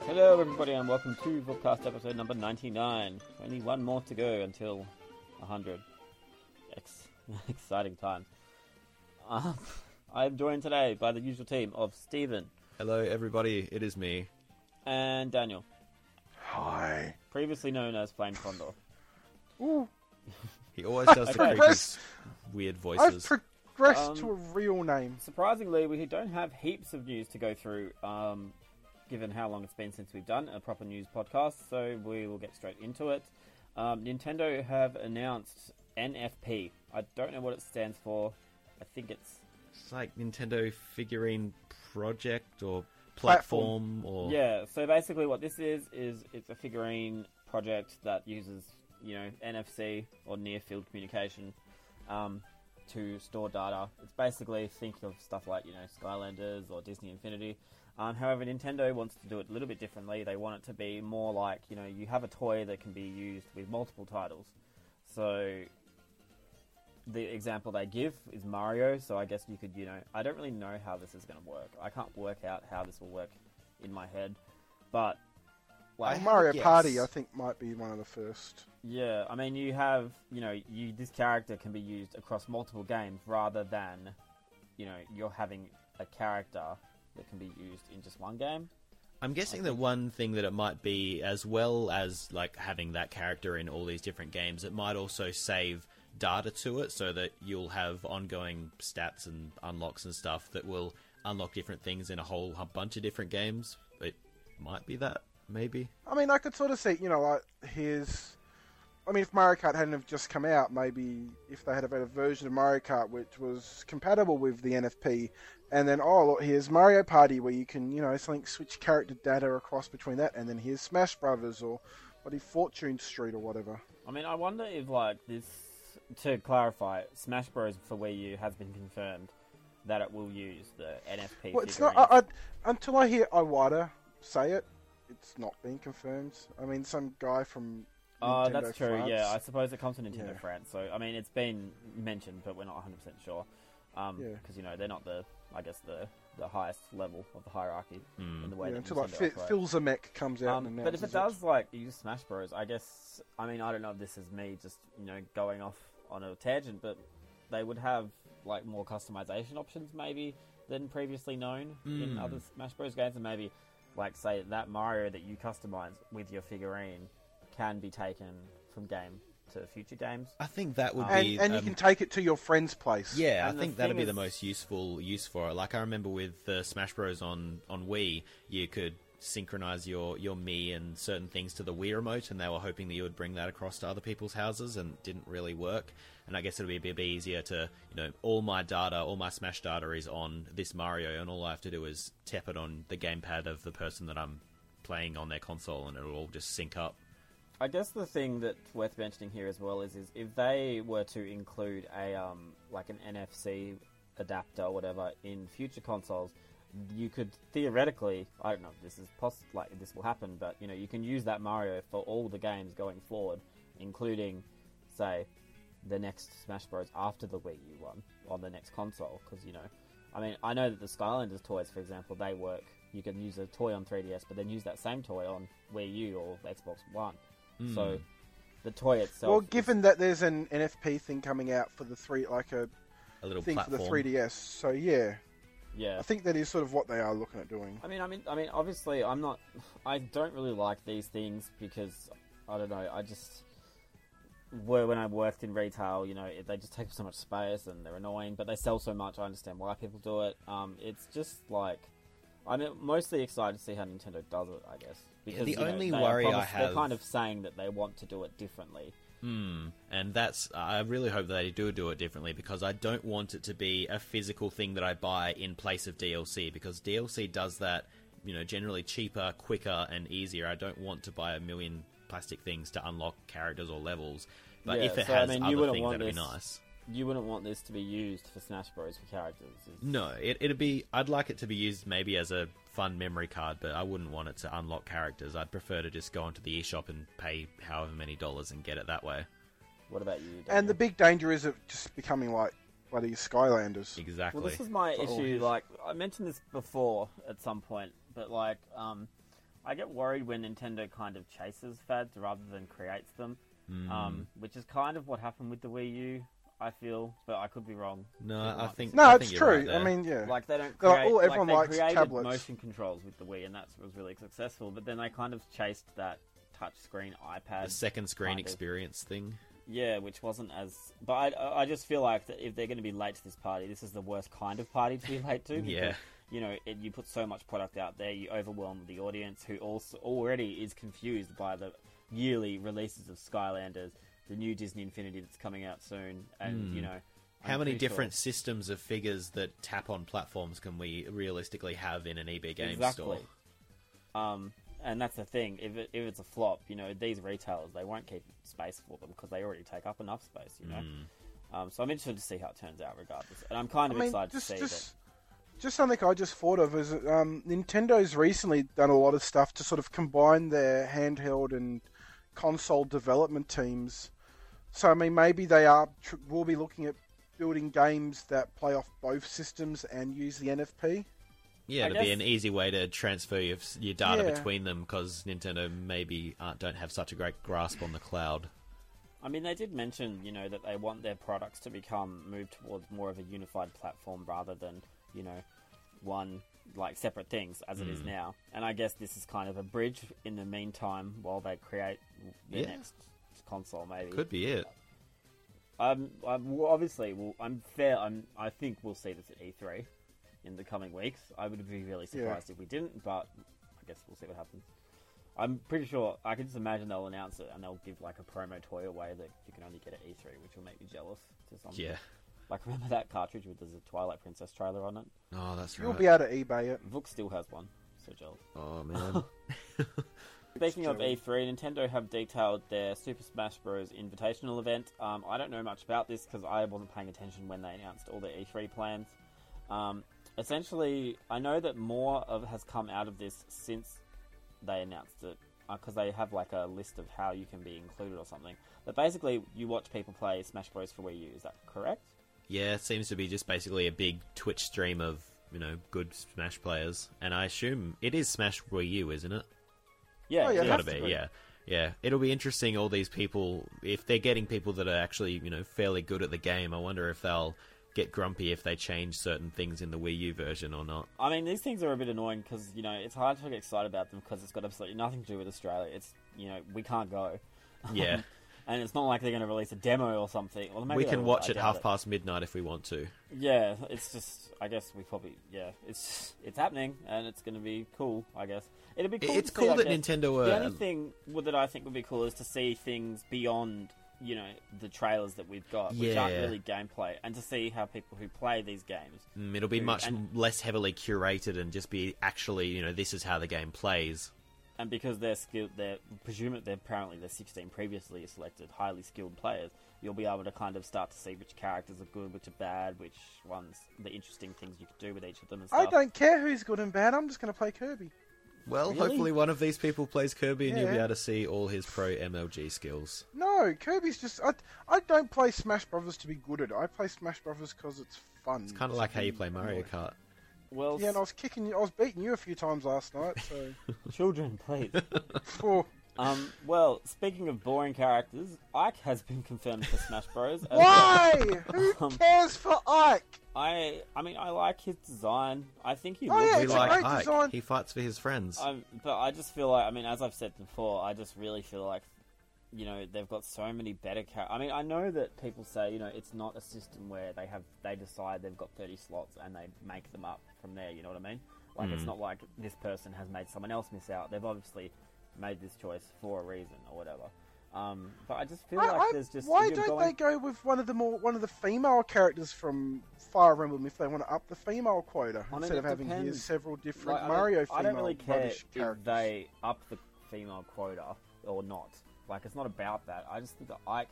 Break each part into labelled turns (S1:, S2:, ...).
S1: Hello, everybody, and welcome to Vlogcast episode number 99. Only one more to go until 100. Ex- exciting time. Um, I am joined today by the usual team of Stephen
S2: Hello, everybody. It is me.
S1: and Daniel,
S3: Hi.
S1: previously known as Flame Condor.
S2: He always does the
S1: Okay.
S2: creepiest, weird
S3: I've
S2: voices.
S3: progressed
S1: Um,
S3: to a real name.
S1: Surprisingly, we don't have heaps of news to go through, um, given how long it's been since we've done a proper news podcast, so we will get straight into it. Um, Nintendo have announced NFP. I don't know what it stands for. I think it's.
S2: it's like Nintendo figurine project or
S3: Platform.
S2: platform, or
S1: Yeah, so basically what this is, is it's a figurine project that uses, you know, NFC or near field communication um, to store data. It's basically think of stuff like, you know, Skylanders or Disney Infinity. Um, however, Nintendo wants to do it a little bit differently. They want it to be more like, you know, you have a toy that can be used with multiple titles. So the example they give is Mario, so I guess you could, you know, I don't really know how this is going to work. I can't work out how this will work in my head, but
S2: I
S1: like,
S2: have a
S3: Mario
S2: guess.
S3: Party, I think, might be one of the first.
S1: yeah, I mean, you have, you know, you this character can be used across multiple games rather than, you know, you're having a character that can be used in just one game.
S2: I'm guessing that one thing that it might be, as well as like having that character in all these different games, it might also save data to it, so that you'll have ongoing stats and unlocks and stuff that will unlock different things in a whole h- bunch of different games. It might be that, maybe.
S3: I mean, I could sort of see, you know, like, here's. I mean, if Mario Kart hadn't have just come out, maybe if they had had a version of Mario Kart which was compatible with the NFP, and then, oh, look, here's Mario Party where you can, you know, something switch character data across between that, and then here's Smash Brothers or, what, if Fortune Street or whatever.
S1: I mean, I wonder if like this. To clarify, Smash Bros. for Wii U has been confirmed that it will use the NFP.
S3: Well, it's not. uh, I, I, until I hear Iwata say it, it's not been confirmed. I mean, some guy from.
S1: Oh,
S3: Nintendo
S1: that's true. Yeah, I
S3: France-
S1: suppose it comes to Nintendo
S3: Yeah.
S1: France. So I mean, it's been mentioned, but we're not 100 percent sure because
S3: Yeah.
S1: you know they're not the, I guess the the highest level of the hierarchy in the way
S3: yeah,
S1: that
S3: until like
S1: Nintendo
S3: Phil,
S1: operate.
S3: Phil Zemeck comes out
S1: Um,
S3: and
S1: but if it
S3: announces
S1: does, like, use Smash Bros, I guess, I mean, I don't know if this is me just, you know, going off on a tangent, but they would have, like, more customization options, maybe, than previously known in
S2: Mm.
S1: other Smash Bros games, and maybe, like, say, that Mario that you customize with your figurine can be taken from game to future games.
S2: I think that would
S3: and,
S2: be,
S3: and you
S2: um,
S3: can take it to your friend's place.
S2: Yeah,
S1: And
S2: I
S1: the
S2: think that'd
S1: thing
S2: be the
S1: is-
S2: most useful use for it. Like I remember with uh, Smash Bros on on Wii, you could synchronize your your Mii and certain things to the Wii remote, and they were hoping that you would bring that across to other people's houses, and it didn't really work. And I guess it would be a bit easier to you know all my data, all my Smash data is on this Mario, and all I have to do is tap it on the gamepad of the person that I'm playing on their console, and it'll all just sync up.
S1: I guess the thing that's worth mentioning here as well is, is if they were to include a um, like an NFC adapter or whatever in future consoles, you could theoretically I don't know if this is poss- like this will happen, but you know you can use that Mario for all the games going forward, including say the next Smash Bros after the Wii U one on the next console because you know I mean I know that the Skylanders toys for example they work. You can use a toy on 3DS, but then use that same toy on Wii U or Xbox One. So the toy itself.
S3: Well,
S1: is-
S3: given that there's an NFP thing coming out for the three, like a
S2: A little
S3: thing
S2: platform.
S3: for the 3DS, so yeah,
S1: yeah.
S3: I think that is sort of what they are looking at doing.
S1: I mean, I mean, I mean. Obviously, I'm not. I don't really like these things because I don't know. I just were when I worked in retail. You know, it- they just take up so much space and they're annoying. But they sell so much. I understand why people do it. Um, it's just like I'm mostly excited to see how Nintendo does it. I guess because
S2: the
S1: you know,
S2: only
S1: they are
S2: worry I
S1: promised- they're
S2: have-
S1: kind of saying that they want to do it differently.
S2: and that's I really hope that they do do it differently because I don't want it to be a physical thing that I buy in place of DLC because DLC does that you know generally cheaper, quicker, and easier. I don't want to buy a million plastic things to unlock characters or levels. But
S1: Yeah,
S2: if it
S1: so, I
S2: has
S1: mean, you
S2: other
S1: wouldn't
S2: things,
S1: want
S2: that'd be
S1: this-
S2: nice.
S1: You wouldn't want this to be used for Smash Bros. for characters. is-
S2: No, it, it'd be. I'd like it to be used maybe as a fun memory card, but I wouldn't want it to unlock characters. I'd prefer to just go onto the eShop and pay however many dollars and get it that way.
S1: What about you?
S3: And
S1: Daniel?
S3: the big danger is of just becoming like bloody Skylanders.
S2: Exactly.
S1: Well, this is my
S3: That's all it
S1: issue.
S3: is.
S1: Like I mentioned this before at some point, but like um, I I get worried when Nintendo kind of chases fads rather than creates them,
S2: Mm.
S1: um, which is kind of what happened with the Wii U. I feel, but I could be wrong.
S2: No, I think
S3: No,
S2: I think
S3: it's
S2: you're right
S3: true. I
S2: there.
S3: mean, yeah.
S1: Like they don't
S3: They're like,
S1: create.
S3: "Oh,
S1: like,
S3: everyone
S1: they
S3: likes
S1: created
S3: tablets."
S1: motion controls with the Wii, and that was really successful. But then they kind of chased that touch screen iPad.
S2: the second screen
S1: kind of.
S2: experience thing.
S1: Yeah, which wasn't as. But I, I just feel like that if they're going to be late to this party, this is the worst kind of party to be late to.
S2: Yeah.
S1: because, You know, it, you put so much product out there, you overwhelm the audience who also already is confused by the yearly releases of Skylanders, the new Disney Infinity that's coming out soon, and you know.
S2: Hmm. How
S1: I'm pretty
S2: many
S1: sure-
S2: different systems of figures that tap on platforms can we realistically have in an EB Games store?
S1: Um, and that's the thing. If it, if it's a flop, you know these retailers they won't keep space for them because they already take up enough space. You know. Um, so I'm interested to see how it turns out, regardless. And I'm kind
S3: I
S1: of
S3: mean,
S1: excited
S3: just
S1: to see
S3: just just something I just thought of is um, Nintendo's recently done a lot of stuff to sort of combine their handheld and console development teams. So I mean, maybe they are tr- will be looking at building games that play off both systems and use the NFP.
S2: Yeah,
S1: I
S2: it'd be
S1: guess-
S2: an easy way to transfer your, your data
S3: Yeah.
S2: between them because Nintendo maybe aren't, don't have such a great grasp on the cloud.
S1: that. I mean, they did mention you know that they want their products to become moved towards more of a unified platform rather than you know one like separate things as it is now. And I guess this is kind of a bridge in the meantime while they create their
S2: Yeah.
S1: next console, maybe.
S2: Could be it.
S1: Um, I'm, well, obviously, well, I'm fair. I'm, I think we'll see this at E3 in the coming weeks. I would be really surprised if we didn't, but I guess we'll see what happens. I'm pretty sure. I can just imagine they'll announce it and they'll give like a promo toy away that you can only get at E3, which will make me jealous to some.
S2: Yeah.
S1: Like remember that cartridge with the Twilight Princess trailer on it?
S2: Oh, that's
S3: You'll
S2: right.
S3: be able to eBay it.
S1: Vook still has one, so jealous.
S2: oh man.
S1: Speaking of
S3: Joey.
S1: E3, Nintendo have detailed their Super Smash Bros. Invitational event. Um, I don't know much about this because I wasn't paying attention when they announced all their E3 plans. Um, essentially, I know that more of has come out of this since they announced it because they have like a list of how you can be included or something. But basically, you watch people play Smash Bros. for Wii U. Is that correct?
S2: yeah, it seems to be just basically a big Twitch stream of you know good Smash players, and I assume it is Smash Wii U, isn't it?
S1: Yeah,
S3: Oh, yeah,
S1: it
S3: it
S2: Gotta
S1: has
S3: has
S2: be,
S3: to be.
S2: yeah. Yeah, it'll be interesting. All these people, if they're getting people that are actually, you know, fairly good at the game, I wonder if they'll get grumpy if they change certain things in the Wii U version or not.
S1: I mean, these things are a bit annoying because you know it's hard to get excited about them because it's got absolutely nothing to do with Australia. It's you know we can't go.
S2: Yeah,
S1: and it's not like they're going to release a demo or something. Well, maybe
S2: we
S1: they
S2: can
S1: will,
S2: watch
S1: I
S2: at
S1: doubt
S2: half
S1: it.
S2: past midnight if we want to.
S1: Yeah, it's just. I guess we probably. Yeah, it's it's happening, and it's going to be cool. I guess it'd be. Cool
S2: It's
S1: to see,
S2: cool
S1: I
S2: that
S1: guess.
S2: Nintendo um,
S1: The
S2: are-
S1: only thing w- that I think would be cool is to see things beyond you know the trailers that we've got, which aren't
S2: Yeah.
S1: really gameplay, and to see how people who play these games.
S2: Mm, It'll be
S1: True,
S2: much
S1: and-
S2: less heavily curated and just be actually, you know, this is how the game plays.
S1: and because they're skilled, they're presumably they're apparently they're 16 previously selected highly skilled players. You'll be able to kind of start to see which characters are good, which are bad, which ones the interesting things you can do with each of them and stuff.
S3: I don't care who's good and bad. I'm just going to play Kirby.
S2: Well,
S1: Really?
S2: hopefully one of these people plays Kirby and you'll be
S3: Yeah.
S2: able to see all his pro MLG skills.
S3: No, Kirby's just. I, I don't play Smash Brothers to be good at. it. I play Smash Brothers because it's fun.
S2: It's kind of like how you play Mario Kart.
S1: Well,
S3: Yeah, and I was kicking you. I was beating you a few times last night. So.
S1: children, please.
S3: Oh,
S1: um, well, speaking of boring characters, Ike has been confirmed for Smash Bros. as
S3: Why? Who
S1: Um,
S3: cares for Ike?
S1: I, I mean, I like his design. I think he
S3: Oh,
S1: looks
S3: yeah,
S2: We
S3: it's a
S2: like
S3: great
S2: Ike.
S3: design.
S2: He fights for his friends.
S1: I'm, but I just feel like, I mean, as I've said before, I just really feel like, you know, they've got so many better characters. I mean, I know that people say, you know, it's not a system where they have they decide they've got thirty slots and they make them up from there. You know what I mean? Like, it's not like this person has made someone else miss out. They've obviously made this choice for a reason or whatever. Um, but I just feel
S3: I-
S1: like
S3: I-
S1: there's just
S3: why
S1: you're
S3: don't
S1: going-
S3: they go with one of the more one of the female characters from Fire Emblem if they want to up the female quota
S1: mean,
S3: instead
S1: it
S3: of having here
S1: depends.
S3: several different
S1: Like, I
S3: Mario
S1: don't,
S3: female
S1: I don't really care
S3: rubbish characters?
S1: if they up the female quota or not. Like, it's not about that. I just think that Ike,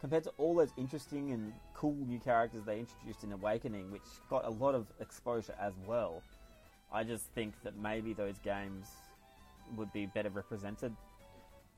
S1: compared to all those interesting and cool new characters they introduced in Awakening, which got a lot of exposure as well, I just think that maybe those games would be better represented.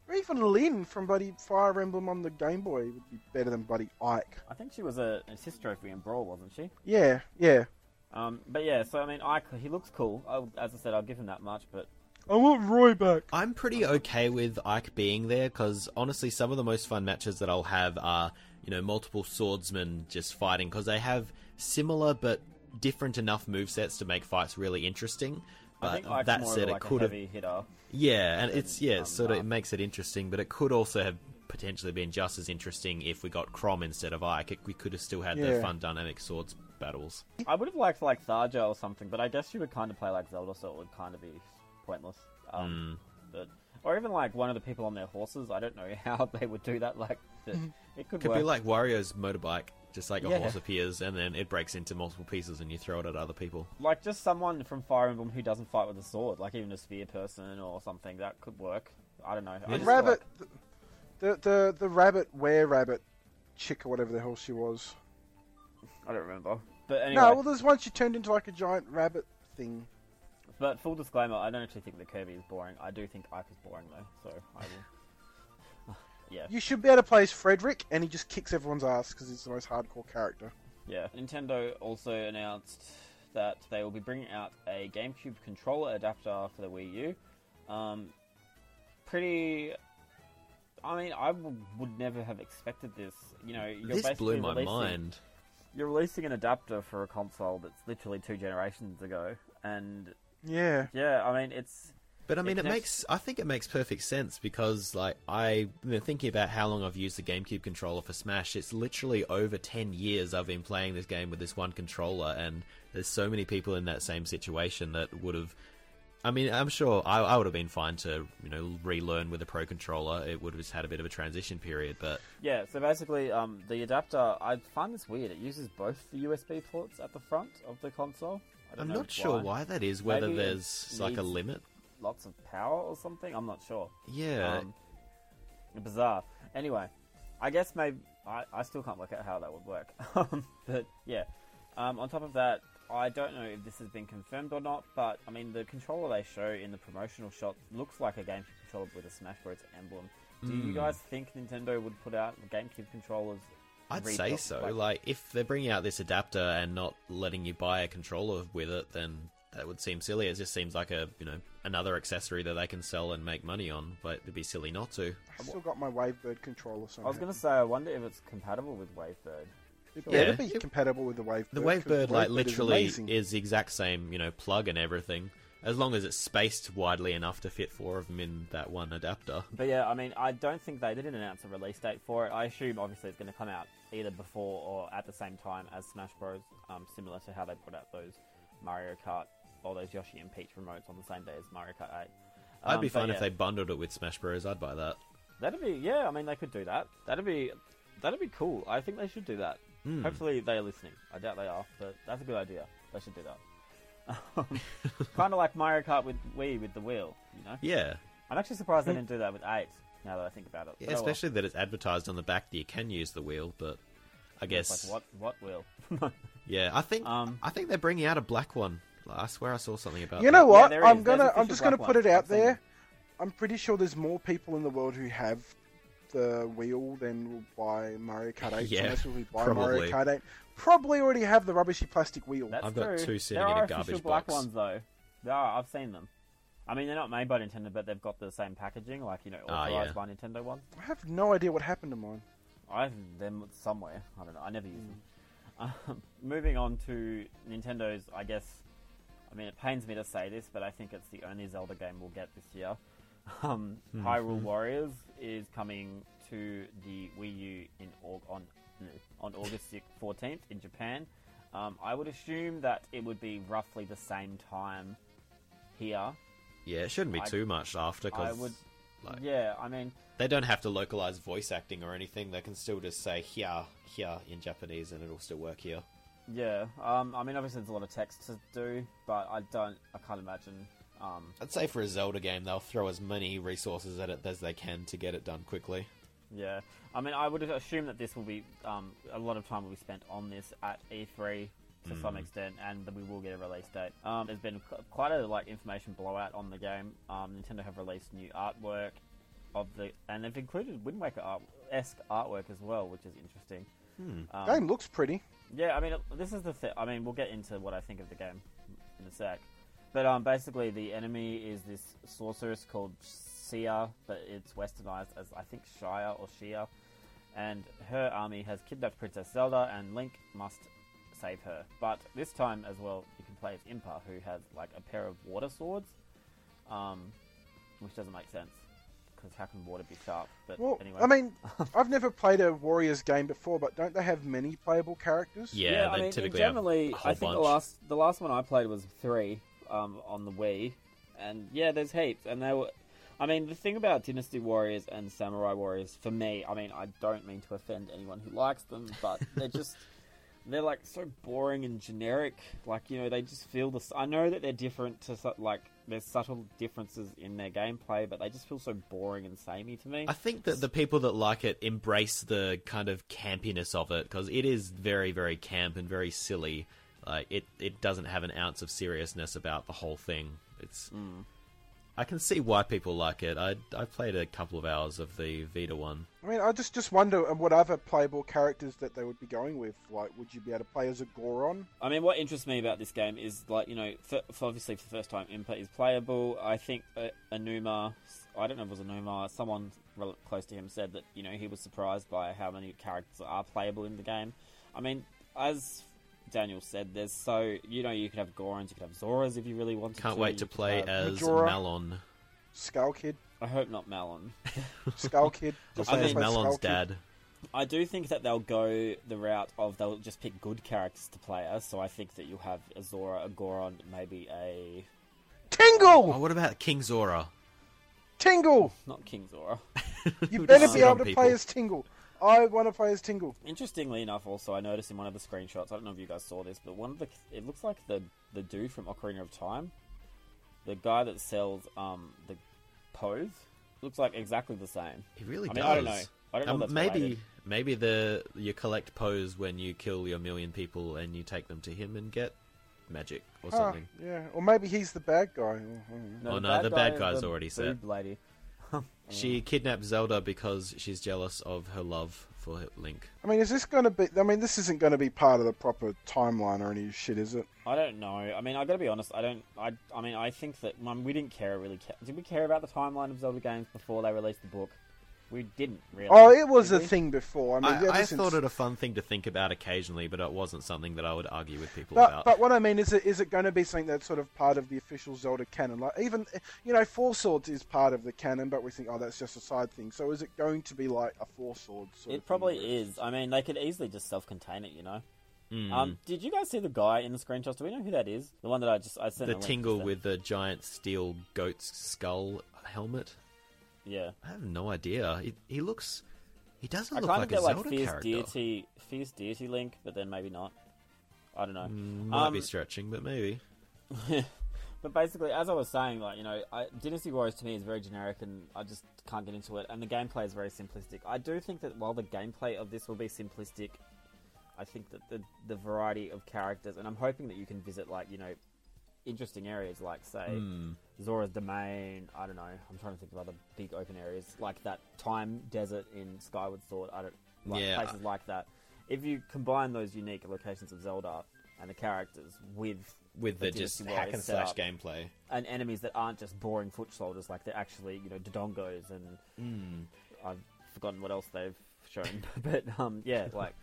S3: Or even Lynn from bloody Fire Emblem on the Game Boy would be better than bloody Ike.
S1: I think she was a an assist trophy in Brawl, wasn't she?
S3: Yeah, yeah.
S1: Um, but yeah, so I mean, Ike, he looks cool. I, as I said, I'll give him that much, but
S3: I want Roy back.
S2: I'm pretty okay with Ike being there because honestly, some of the most fun matches that I'll have are you know multiple swordsmen just fighting because they have similar but different enough movesets to make fights really interesting.
S1: I
S2: But
S1: think Ike's
S2: that
S1: more
S2: said,
S1: of
S2: it
S1: like
S2: could
S1: a
S2: have
S1: heavy hitter.
S2: yeah, and it's yeah,
S1: um,
S2: sort of it
S1: Dark.
S2: makes it interesting, but it could also have potentially been just as interesting if we got Crom instead of Ike. It- We could have still had the
S3: Yeah.
S2: fun dynamic swords battles.
S1: I would have liked like Tharja or something, but I guess she would kind of play like Zelda, so it would kind of be pointless.
S2: Mm.
S1: Um, But or even like one of the people on their horses. I don't know how they would do that. Like the, it could,
S2: Could
S1: work.
S2: be like Wario's motorbike, just like a
S1: Yeah.
S2: horse appears and then it breaks into multiple pieces and you throw it at other people.
S1: like just someone from Fire Emblem who doesn't fight with a sword, like even a spear person or something. That could work. I don't know. I just feel
S3: Rabbit,
S1: like-
S3: the the the rabbit, where rabbit, chick or whatever the hell she was.
S1: I don't remember. But anyway,
S3: No, well, there's one she turned into like a giant rabbit thing.
S1: but full disclaimer, I don't actually think that Kirby is boring. I do think Ike is boring though. So I will. yeah.
S3: You should be able to play as Frederick, and he just kicks everyone's ass because he's the most hardcore character.
S1: Yeah. Nintendo also announced that they will be bringing out a GameCube controller adapter for the Wii U. Um, pretty. I mean, I w- would never have expected this. You know, you're
S2: this
S1: basically
S2: blew my
S1: releasing-
S2: mind.
S1: You're releasing an adapter for a console that's literally two generations ago, and
S3: Yeah.
S1: yeah, I mean, it's
S2: But I
S1: It
S2: mean, it,
S1: connects-
S2: makes I think it makes perfect sense because like I you know, thinking about how long I've used the GameCube controller for Smash, it's literally over ten years I've been playing this game with this one controller, and there's so many people in that same situation that would have. I mean, I'm sure I, I would have been fine to you know relearn with a pro controller. It would have just had a bit of a transition period, but
S1: Yeah, so basically, um, the adapter, I find this weird. It uses both the USB ports at the front of the console. I don't
S2: I'm
S1: know
S2: not sure why that is. Whether
S1: Maybe it
S2: there's like a
S1: needs-
S2: limit.
S1: Lots of power or something? I'm not sure.
S2: Yeah,
S1: Um, bizarre. Anyway, I guess maybe. I, I still can't work out how that would work. Um, but yeah. Um, on top of that, I don't know if this has been confirmed or not, but I mean, the controller they show in the promotional shot looks like a GameCube controller with a Smash Bros. emblem. Do
S2: Hmm.
S1: you guys think Nintendo would put out GameCube controllers?
S2: I'd
S1: redub-
S2: say so. Like, if they're bringing out this adapter and not letting you buy a controller with it, then that would seem silly. It just seems like a you know another accessory that they can sell and make money on. But it'd be silly not to.
S3: I still got my Wavebird controller somehow.
S1: I was going to say, I wonder if it's compatible with Wavebird.
S3: yeah, it'd
S2: Yeah.
S3: be compatible with the Wavebird.
S2: The
S3: 'cause
S2: Wavebird like
S3: Wavebird is
S2: literally is,
S3: amazing.
S2: the exact same you know plug and everything. As long as it's spaced widely enough to fit four of them in that one adapter.
S1: But yeah, I mean, I don't think they, they didn't announce a release date for it. I assume obviously it's going to come out either before or at the same time as Smash Bros. Um, similar to how they put out those Mario Kart or those Yoshi and Peach remotes on the same day as Mario Kart 8.
S2: I'd
S1: Um,
S2: be
S1: but
S2: fine if
S1: yeah.
S2: they bundled it with Smash Bros. I'd buy that.
S1: That'd be yeah. I mean, they could do that. That'd be that'd be cool. I think they should do that.
S2: Hmm.
S1: Hopefully, they are listening. I doubt they are, but that's a good idea. They should do that. kind of like Mario Kart with Wii with the wheel, you know.
S2: Yeah.
S1: I'm actually surprised they didn't do that with eight. Now that I think about it,
S2: Hmm. Yeah,
S1: But oh well.
S2: especially that it's advertised on the back that you can use the wheel, but I guess
S1: Like, what what wheel?
S2: Yeah, I think
S1: Um,
S2: I think they're bringing out a black one. I swear I saw something about.
S3: You
S2: that.
S3: know what?
S1: there
S3: I'm
S1: is. There's
S3: gonna.
S1: official
S3: I'm just gonna
S1: black
S3: put
S1: ones.
S3: it out
S1: I've seen
S3: there.
S1: them.
S3: I'm pretty sure there's more people in the world who have the wheel than will buy Mario Kart 8.
S2: Yeah,
S3: so most people who buy
S2: probably.
S3: Mario Kart 8 probably already have the rubbishy plastic wheel.
S1: That's
S2: I've got
S1: true.
S2: two sitting
S1: there
S2: in a
S1: are
S2: garbage
S1: official black
S2: box.
S1: ones though. There are. I've seen them. I mean, they're not made by Nintendo, but they've got the same packaging, like you know,
S2: Ah,
S1: authorized
S2: yeah.
S1: by Nintendo ones.
S3: I have no idea what happened to mine.
S1: I have them somewhere. I don't know. I never use
S2: Hmm.
S1: them. Um, moving on to Nintendo's, I guess. I mean, it pains me to say this, but I think it's the only Zelda game we'll get this year. Um,
S2: Hmm.
S1: Hyrule Warriors is coming to the Wii U in Aug- on no, on August six- 14th in Japan. Um, I would assume that it would be roughly the same time here.
S2: Yeah, it shouldn't be
S1: I-
S2: too much after
S1: I
S2: because
S1: would,
S2: like-
S1: yeah. I mean,
S2: they don't have to localize voice acting or anything. They can still just say "here, here" in Japanese, and it'll still work here.
S1: Yeah, um, I mean, obviously there's a lot of text to do, but I don't, I can't imagine. Um,
S2: I'd say for a Zelda game, they'll throw as many resources at it as they can to get it done quickly.
S1: yeah, I mean, I would assume that this will be um, a lot of time will be spent on this at E3 to some extent, and that we will get a release date. Um, there's been qu- quite a like information blowout on the game. Um, Nintendo have released new artwork of the, and they've included Wind Waker art- esque artwork as well, which is interesting. Um,
S3: Game looks pretty.
S1: Yeah, I mean, it- this is the thing. I mean, we'll get into what I think of the game in a sec. But um, basically, the enemy is this sorceress called Sia, but it's westernized as I think Shia or Shia, and her army has kidnapped Princess Zelda, and Link must save her. But this time as well, you can play as Impa, who has like a pair of water swords, um, which doesn't make sense because how can water be sharp? But
S3: Well,
S1: anyway,
S3: I mean, I've never played a Warriors game before, but don't they have many playable characters?
S2: Yeah,
S1: I
S2: they
S1: mean,
S2: typically have
S1: generally,
S2: a whole
S1: I think the
S2: bunch.
S1: last the last one I played was three um, on the Wii, and yeah, there's heaps, and they were. I mean, the thing about Dynasty Warriors and Samurai Warriors, for me, I mean, I don't mean to offend anyone who likes them, but they're just they're like so boring and generic. Like you know, they just feel this. I know that they're different to su- like there's subtle differences in their gameplay, but they just feel so boring and samey to me.
S2: I think that the people that like it embrace the kind of campiness of it because it is very, very camp and very silly. Like it, it doesn't have an ounce of seriousness about the whole thing. It's. I can see why people like it. I I played a couple of hours of the Vita one.
S3: I mean, I just just wonder uh, what other playable characters that they would be going with. Like, would you be able to play as a Goron?
S1: I mean, what interests me about this game is like you know, for, for obviously for the first time, Impa is playable. I think uh, Anuma, I don't know if it was Anuma, someone rel- close to him said that you know he was surprised by how many characters are playable in the game. I mean, as Daniel said, there's so you know you could have Gorons, you could have Zoras if you really wanted.
S2: Can't
S1: to.
S2: wait
S1: you
S2: to
S1: could
S2: play
S1: have-
S2: as
S3: Majora.
S2: Malon.
S3: Skull Kid,
S1: I hope not Malon.
S3: Skull Kid.
S2: I'll
S3: Just
S1: I
S2: play
S3: say
S2: as Oh.
S1: mean-
S2: Malon's
S3: Skull Kid.
S2: dad.
S1: I do think that they'll go the route of they'll just pick good characters to play as. So I think that you'll have a Zora, a Goron, maybe a
S2: Oh,
S3: Tingle,
S2: what about King Zora?
S3: Tingle.
S1: not King Zora.
S3: You
S2: Who
S3: better
S2: just
S3: be
S2: sit
S3: able
S2: on
S3: to
S2: people.
S3: play as Tingle. I want to play as Tingle.
S1: Interestingly enough, also I noticed in one of the screenshots. I don't know if you guys saw this, but one of the it looks like the the dude from Ocarina of Time, the guy that sells um the pose, looks like exactly the same.
S2: He really
S1: I
S2: does.
S1: mean, I don't know. I don't know.
S2: Um,
S1: if that's
S2: maybe
S1: related.
S2: maybe the you collect pose when you kill your million people and you take them to him and get magic or
S3: Ah,
S2: something.
S3: yeah, or maybe he's the bad guy. Or- I don't know.
S2: Oh, no, the bad guy's already
S1: boob
S2: set.
S1: Lady.
S3: Mm.
S2: She kidnaps Zelda because she's jealous of her love for Link.
S3: I mean, is this going to be? I mean, this isn't going to be part of the proper timeline or any shit, is it?
S1: I don't know. I mean, I gotta be honest. I don't. I. I mean, I think that um, we didn't care really. Ca- Did we care about the timeline of Zelda games before they released the book? We didn't really.
S3: Oh, it was
S1: did
S3: a
S1: we?
S3: thing before. I mean,
S2: I,
S3: ever
S2: I
S3: since-
S2: thought it a fun thing to think about occasionally, but it wasn't something that I would argue with people
S3: But,
S2: about.
S3: but what I mean is, it, is it going to be something that's sort of part of the official Zelda canon? Like even you know, Four Swords is part of the canon, but we think, oh, that's just a side thing. So is it going to be like a Four Swords? Sort of
S1: It
S3: thing
S1: probably
S3: where it's-
S1: is. I mean, they could easily just self-contain it, you know.
S2: Mm.
S1: Um, did you guys see the guy in the screenshots? Do we know who that is? The one that I just I sent a
S2: the
S1: link
S2: tingle
S1: to them.
S2: with the giant steel goat's skull helmet.
S1: yeah.
S2: I have no idea. He, he looks. He doesn't
S1: I
S2: look
S1: kind
S2: like
S1: of get
S2: a
S1: like
S2: Zelda
S1: fierce
S2: character.
S1: deity, fierce deity link, but then maybe not. I don't know.
S2: Hmm, Might
S1: Um,
S2: be stretching, but maybe.
S1: But basically, as I was saying, like you know, I, Dynasty Warriors to me is very generic, and I just can't get into it. And the gameplay is very simplistic. I do think that while the gameplay of this will be simplistic, I think that the the variety of characters, and I'm hoping that you can visit like you know, interesting areas like say Zora's domain. I don't know. I'm trying to think of other big open areas like that time desert in Skyward Sword. I don't like
S2: Yeah,
S1: places like that. If you combine those unique locations of Zelda and the characters with
S2: With
S1: the
S2: the
S1: the
S2: just
S1: Dynasty just hack
S2: hack
S1: Warriors
S2: and
S1: and slash
S2: slash
S1: setup.
S2: gameplay.
S1: and enemies that aren't just boring foot soldiers, like they're actually, you know, Dodongos and
S2: Hmm.
S1: I've forgotten what else they've shown. but um, yeah, like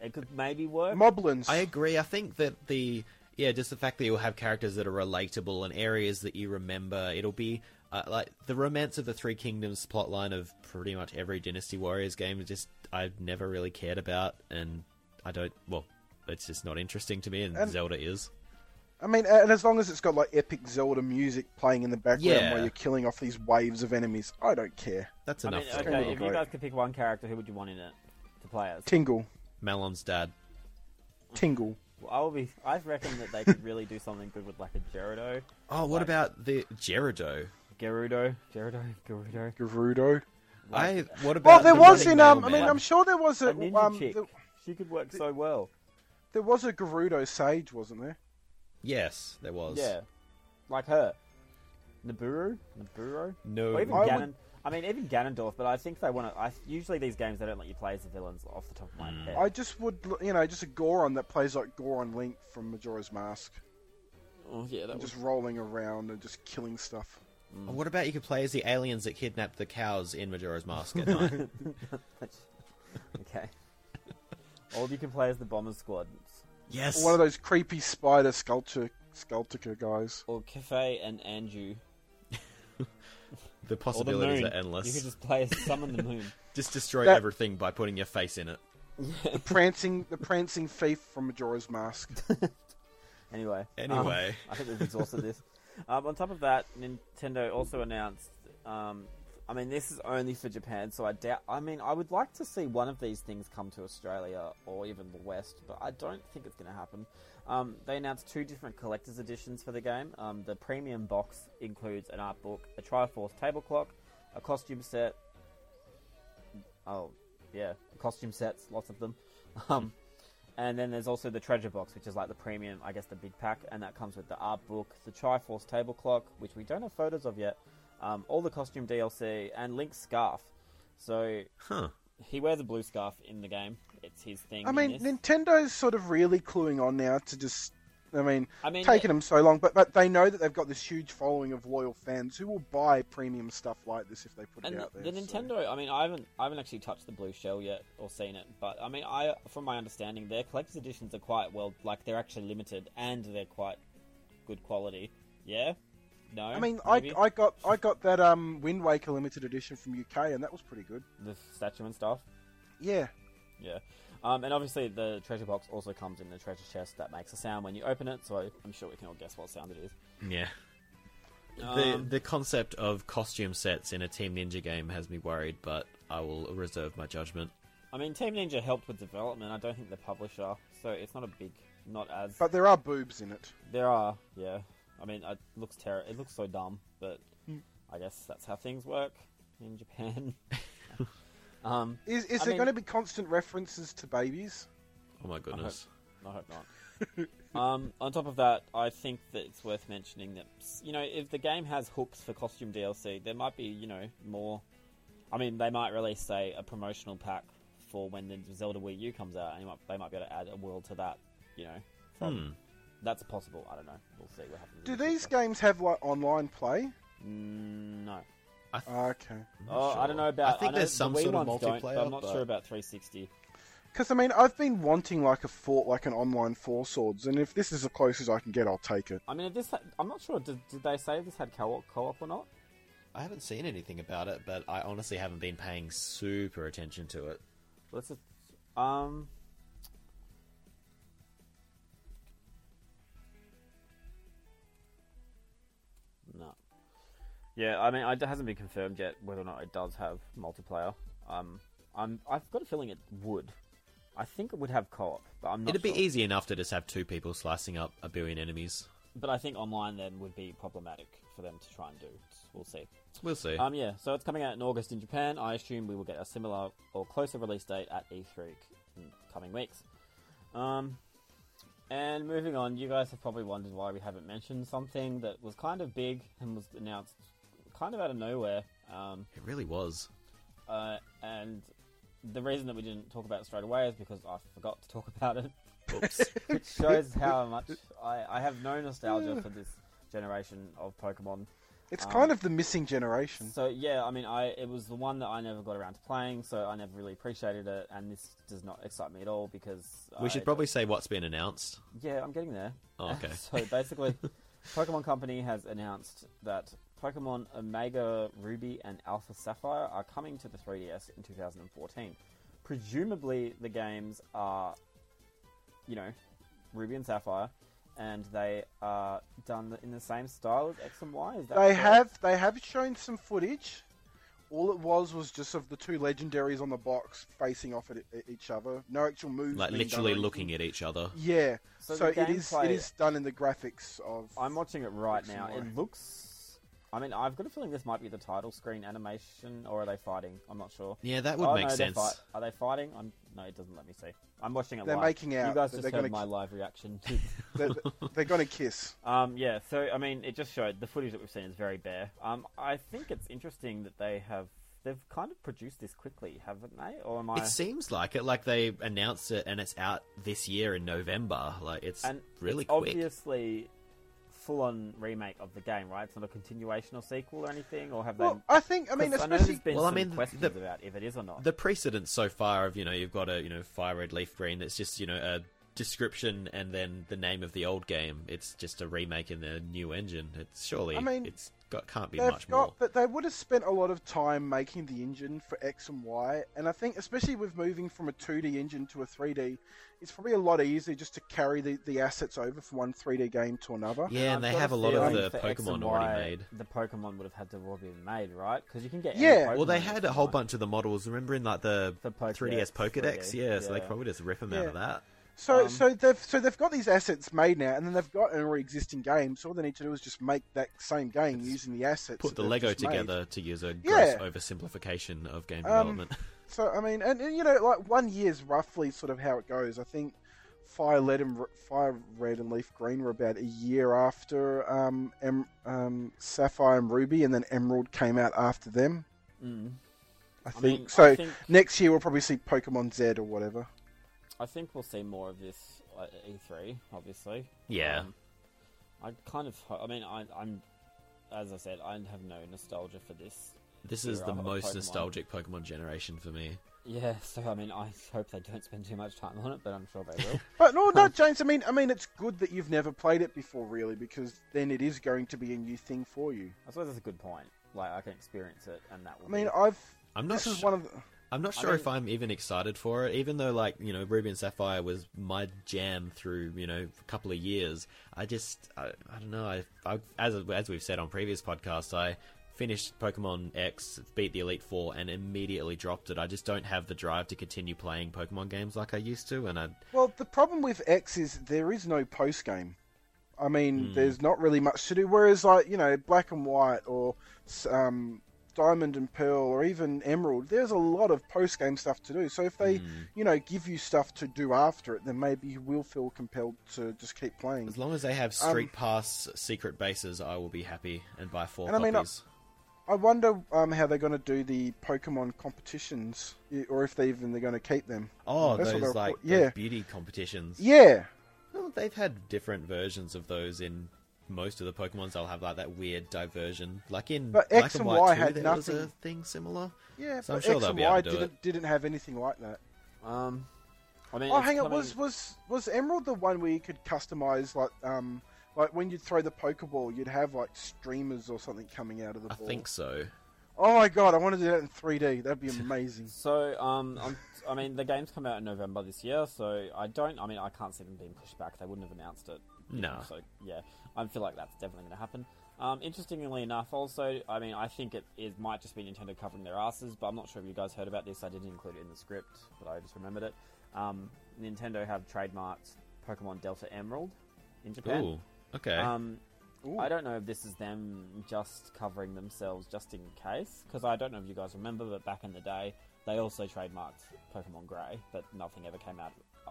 S1: it could maybe work.
S3: Moblins.
S2: I agree. I think that the yeah, just the fact that you'll have characters that are relatable and areas that you remember. It'll be uh, like the romance of the Three Kingdoms plotline of pretty much every Dynasty Warriors game. is Just I've never really cared about, and I don't. Well, it's just not interesting to me, and,
S3: And-
S2: Zelda is.
S3: I mean, and as long as it's got like epic Zelda music playing in the background
S2: Yeah.
S3: while you're killing off these waves of enemies, I don't care.
S2: That's
S1: I
S2: enough.
S1: mean,
S2: for me.
S1: okay, if you
S3: Right.
S1: guys could pick one character, who would you want in it to play as?
S3: Tingle,
S2: Malon's dad.
S3: tingle.
S1: Well, I will be. I reckon that they could really do something good with like a Gerudo,
S2: Oh, what
S1: Like-
S2: about the Gerudo?
S1: Gerudo, Gerudo, Gerudo.
S3: Gerudo.
S2: I what about
S3: Well, there
S2: the
S3: was
S2: Running
S3: in um. I
S2: Man?
S3: mean, I'm sure there was
S1: A
S3: a
S1: ninja
S3: um.
S1: chick.
S3: There,
S1: She could work so well.
S3: there was a Gerudo sage, wasn't there?
S2: Yes, there was.
S1: Yeah, like her. Naburu, Naburo.
S2: No.
S1: Or even
S3: I would-
S1: Ganon. I mean, even Ganondorf, but I think they want to. I, usually, these games they don't let you play as the villains off the top of
S2: Mm.
S1: my head.
S3: I just would, l- you know, just a Goron that plays like Goron Link from Majora's Mask.
S1: Oh yeah, that was
S3: just rolling around and just killing stuff.
S2: Or What about you could play as the aliens that kidnapped the cows in Majora's Mask at night?
S1: okay. All you can play is the bomber squad
S2: yes.
S3: One of those creepy spider sculpture Sculptica guys.
S1: or Cafe and Anju
S2: the
S1: or the
S2: possibilities
S1: moon.
S2: are endless.
S1: You could
S2: just...
S1: just play as summon the moon.
S2: destroy
S3: That-
S2: everything by putting your face in it.
S3: The prancing, the prancing thief from Majora's Mask.
S1: Anyway.
S2: Anyway.
S1: um, I think we've exhausted this. Um, on top of that, Nintendo also announced. Um, I mean, this is only for Japan, so I doubt. I mean, I would like to see one of these things come to Australia or even the West, but I don't think it's going to happen. Um, they announced two different collector's editions for the game. Um, the premium box includes an art book, a Triforce table clock, a costume set. Oh, yeah, costume sets, lots of them. Um, and then there's also the treasure box, which is like the premium, I guess, the big pack, and that comes with the art book, the Triforce table clock, which we don't have photos of yet, um, all the costume DLC, and Link's scarf. So
S3: Um.
S2: Huh.
S1: he wears a blue scarf in the game. It's his thing.
S3: I
S1: in
S3: mean,
S1: this.
S3: Nintendo's sort of really cluing on now to just. I mean,
S1: I mean,
S3: taking them so long, but but they know that they've got this huge following of loyal fans who will buy premium stuff like this if they put it
S1: and
S3: out there.
S1: the
S3: so-
S1: Nintendo. I mean, I haven't, I haven't actually touched the blue shell yet or seen it, but I mean, I, from my understanding, their collector's editions are quite well, like they're actually limited and they're quite good quality. Yeah. No.
S3: I mean,
S1: Maybe?
S3: I, I got I got that um, Wind Waker limited edition from UK, and that was pretty good.
S1: the statue and stuff.
S3: Yeah,
S1: Yeah. Um, and obviously, the treasure box also comes in the treasure chest that makes a sound when you open it, so I'm sure we can all guess what sound it is.
S2: Yeah. the
S1: Um,
S2: the concept of costume sets in a Team Ninja game has me worried, but I will reserve my judgment.
S1: I mean, Team Ninja helped with development. I don't think the publisher, so it's not a big, not as.
S3: but there are boobs in it.
S1: there are, yeah. I mean, it looks terrible. It looks so dumb, but
S2: Hmm.
S1: I guess that's how things work in Japan. um,
S3: Is is
S1: I
S3: there
S1: mean-
S3: going to be constant references to babies?
S2: Oh my goodness.
S1: I hope not. um, on top of that, I think that it's worth mentioning that you know if the game has hooks for costume DLC, there might be you know more. I mean, they might release say a promotional pack for when the Zelda Wii U comes out, and you might, they might be able to add a world to that. You know, from,
S2: Hmm.
S1: that's possible. I don't know. We'll see what happens.
S3: Do
S1: in the
S3: these
S1: future.
S3: games have like online play? Ah,
S1: Mm, no.
S2: I th-
S3: Okay,
S2: I'm not
S1: Oh, I
S2: sure.
S1: don't know about.
S2: I think
S1: know
S2: there's
S1: the
S2: some
S1: Wii
S2: sort of
S1: ones don't,
S2: multiplayer.
S1: but I'm not sure about 360.
S3: because I mean, I've been wanting like a fort, like an online four swords, and if this is as close as I can get, I'll take it.
S1: I mean, if this, had, I'm not sure. Did, did they say this had co-op, co-op or not?
S2: I haven't seen anything about it, but I honestly haven't been paying super attention to it.
S1: Let's just, um. No. Yeah, I mean, it hasn't been confirmed yet whether or not it does have multiplayer. Um, I'm, I've got a feeling it would. I think it would have co-op, but I'm not.
S2: It'd be
S1: sure.
S2: easy enough to just have two people slicing up a billion enemies.
S1: but I think online then would be problematic for them to try and do. We'll see.
S2: We'll see.
S1: Um, yeah, so it's coming out in August in Japan. I assume we will get a similar or closer release date at E3 c- in coming weeks. Um, and moving on, you guys have probably wondered why we haven't mentioned something that was kind of big and was announced kind of out of nowhere. Um,
S2: it really was.
S1: uh, and the reason that we didn't talk about it straight away is because I forgot to talk about it.
S2: Oops.
S1: Which shows how much I, I have no nostalgia for this generation of Pokemon.
S3: It's
S1: Um,
S3: kind of the missing generation.
S1: So yeah, I mean, I it was the one that I never got around to playing, so I never really appreciated it, and this does not excite me at all because
S2: we
S1: I
S2: should probably say what's been announced.
S1: don't- yeah, I'm getting there.
S2: Oh, okay.
S1: so basically, Pokemon Company has announced that Pokemon Omega Ruby and Alpha Sapphire are coming to the 3DS in 2014. Presumably, the games are, you know, Ruby and Sapphire, and they are done in the same style as X and Y. Is that
S3: They
S1: correct?
S3: have they have shown some footage. All it was was just of the two legendaries on the box facing off at, at each other. No actual moves.
S2: Like
S3: being done or
S2: literally
S3: anything.
S2: looking at each other.
S3: Yeah.
S1: So
S3: So,
S1: the
S3: it is
S1: gameplay-
S3: it is done in the graphics of.
S1: I'm watching it right
S3: Looks
S1: now.
S3: annoying.
S1: It looks. I mean, I've got a feeling this might be the title screen animation, or are they fighting? I'm not sure.
S2: Yeah, that would
S1: Oh,
S2: make
S1: no, they're
S2: sense.
S1: fight- Are they fighting? I'm... No, it doesn't let me see. I'm watching it
S3: They're
S1: live.
S3: making out
S1: You guys
S3: that
S1: just
S3: they're
S1: heard
S3: gonna
S1: my
S3: ki-
S1: live reaction. to-
S3: they're, they're going to kiss.
S1: um, yeah, so, I mean, it just showed the footage that we've seen is very bare. Um, I think it's interesting that they have. They've kind of produced this quickly, haven't they? Or am I.
S2: It seems like it. Like they announced it and it's out this year in November. Like it's
S1: and
S2: really
S1: it's
S2: quick.
S1: obviously full on remake of the game, right? It's not a continuation or sequel or anything, or have
S3: Well,
S1: they?
S3: I think I mean
S1: 'Cause know there's
S3: especially
S1: been
S2: Well, I
S1: some
S2: mean, the-
S1: questions
S2: the-
S1: about if it is or not.
S2: The precedents so far of you know you've got a you know fire red leaf green that's just you know a description and then the name of the old game. It's just a remake in the new engine. It's surely
S3: I mean,
S2: it's got can't be
S3: they've
S2: much
S3: got,
S2: more.
S3: but they would have spent a lot of time making the engine for X and Y, and I think especially with moving from a 2D engine to a 3D, it's probably a lot easier just to carry the, the assets over from one 3D game to another.
S2: Yeah, and
S1: I've
S2: they
S1: got
S2: have a lot of
S1: feeling
S2: the
S1: for X and
S2: Pokemon
S1: Y,
S2: already made.
S1: The Pokemon would have had to have all been made, right? Because you can get
S3: Yeah.
S1: Any
S2: Well, they
S1: Pokemon
S2: had
S1: if
S2: a
S1: you
S2: whole
S1: want.
S2: bunch of the models. Remember in like the
S1: The Pokedex,
S2: 3DS Pokedex,
S1: 3D,
S2: yeah, So they
S1: yeah.
S2: probably just rip them out of
S3: Yeah.
S2: that.
S3: So
S1: Um,
S3: so they've so they've got these assets made now, and then they've got an already existing game. So all they need to do is just make that same game using the assets.
S2: Put
S3: that
S2: the
S3: they've
S2: Lego
S3: just made.
S2: together to use a gross
S3: Yeah.
S2: oversimplification of game
S3: Um,
S2: development.
S3: So I mean, and, and you know, like one year's roughly sort of how it goes. I think Fire Red and R- Fire Red and Leaf Green were about a year after um, em, um, Sapphire and Ruby, and then Emerald came out after them.
S1: Mm.
S3: I
S1: I
S3: think
S1: mean,
S3: so.
S1: I think,
S3: Next year we'll probably see Pokemon Z or whatever.
S1: I think we'll see more of this at E3, obviously.
S2: Yeah.
S1: Um, I kind of. ho- I mean, I, I'm. As I said, I have no nostalgia for this.
S2: This is
S1: era
S2: the
S1: of
S2: most
S1: Pokemon.
S2: nostalgic Pokemon generation for me.
S1: Yeah, so I mean, I hope they don't spend too much time on it, but I'm sure they will.
S3: But no, no, James. I mean, I mean, it's good that you've never played it before, really, because then it is going to be a new thing for you.
S1: I suppose that's a good point. Like, I can experience it, and that will.
S3: I mean,
S1: be...
S3: I've.
S2: I'm not
S3: This is
S2: su-
S3: one of the.
S2: I'm not
S1: I
S2: sure
S1: mean-
S2: if I'm even excited for it, even though like you know Ruby and Sapphire was my jam through you know a couple of years. I just I, I don't know. I, I as as we've said on previous podcasts, I finished Pokemon X, beat the Elite Four, and immediately dropped it. I just don't have the drive to continue playing Pokemon games like I used to, and I
S3: Well, the problem with X is there is no post game. I
S2: Hmm.
S3: mean, there's not really much to do. Whereas, like you know, Black and White or um, Diamond and Pearl or even Emerald, there's a lot of post game stuff to do. So if they,
S2: Hmm.
S3: you know, give you stuff to do after it, then maybe you will feel compelled to just keep playing.
S2: as long as they have
S3: Um,
S2: Street Pass secret bases, I will be happy and buy four
S3: And I mean, I-
S2: copies.
S3: I wonder um, how they're going to do the Pokemon competitions, i- or if they even they're going to keep them.
S2: Oh,
S3: That's what
S2: those
S3: they're
S2: like
S3: for-
S2: those
S3: yeah.
S2: beauty competitions.
S3: Yeah,
S2: Well, they've had different versions of those in most of the Pokemon's. They'll have like that weird diversion, like in
S3: But
S2: Black
S3: X
S2: and
S3: and
S2: White
S3: Y
S2: 2,
S3: had
S2: there was a
S3: nothing.
S2: thing similar.
S3: yeah.
S2: So I'm
S3: but
S2: sure
S3: X
S2: they'll
S3: and
S2: be able
S3: Y
S2: to do
S3: didn't didn't have anything like that.
S1: Um, I mean,
S3: Oh,
S1: it's
S3: hang on.
S1: coming-
S3: Was was was Emerald the one where you could customize like um like when you'd throw the Pokeball, you'd have like streamers or something coming out of the
S2: I
S3: ball.
S2: think so.
S3: Oh my god, I want to do that in 3D. That'd be amazing.
S1: So, um, I'm, I mean, the games come out in November this year, so I don't. I mean, I can't see them being pushed back. They wouldn't have announced it.
S2: No.
S1: So yeah, I feel like that's definitely going to happen. Um, interestingly enough, also, I mean, I think it, it might just be Nintendo covering their asses, but I'm not sure if you guys heard about this. I didn't include it in the script, but I just remembered it. Um, Nintendo have trademarked Pokemon Delta Emerald in Japan.
S2: Ooh, okay.
S1: Um,
S3: Ooh.
S1: I don't know if this is them just covering themselves just in case, because I don't know if you guys remember, but back in the day, they also trademarked Pokemon Grey, but nothing ever came out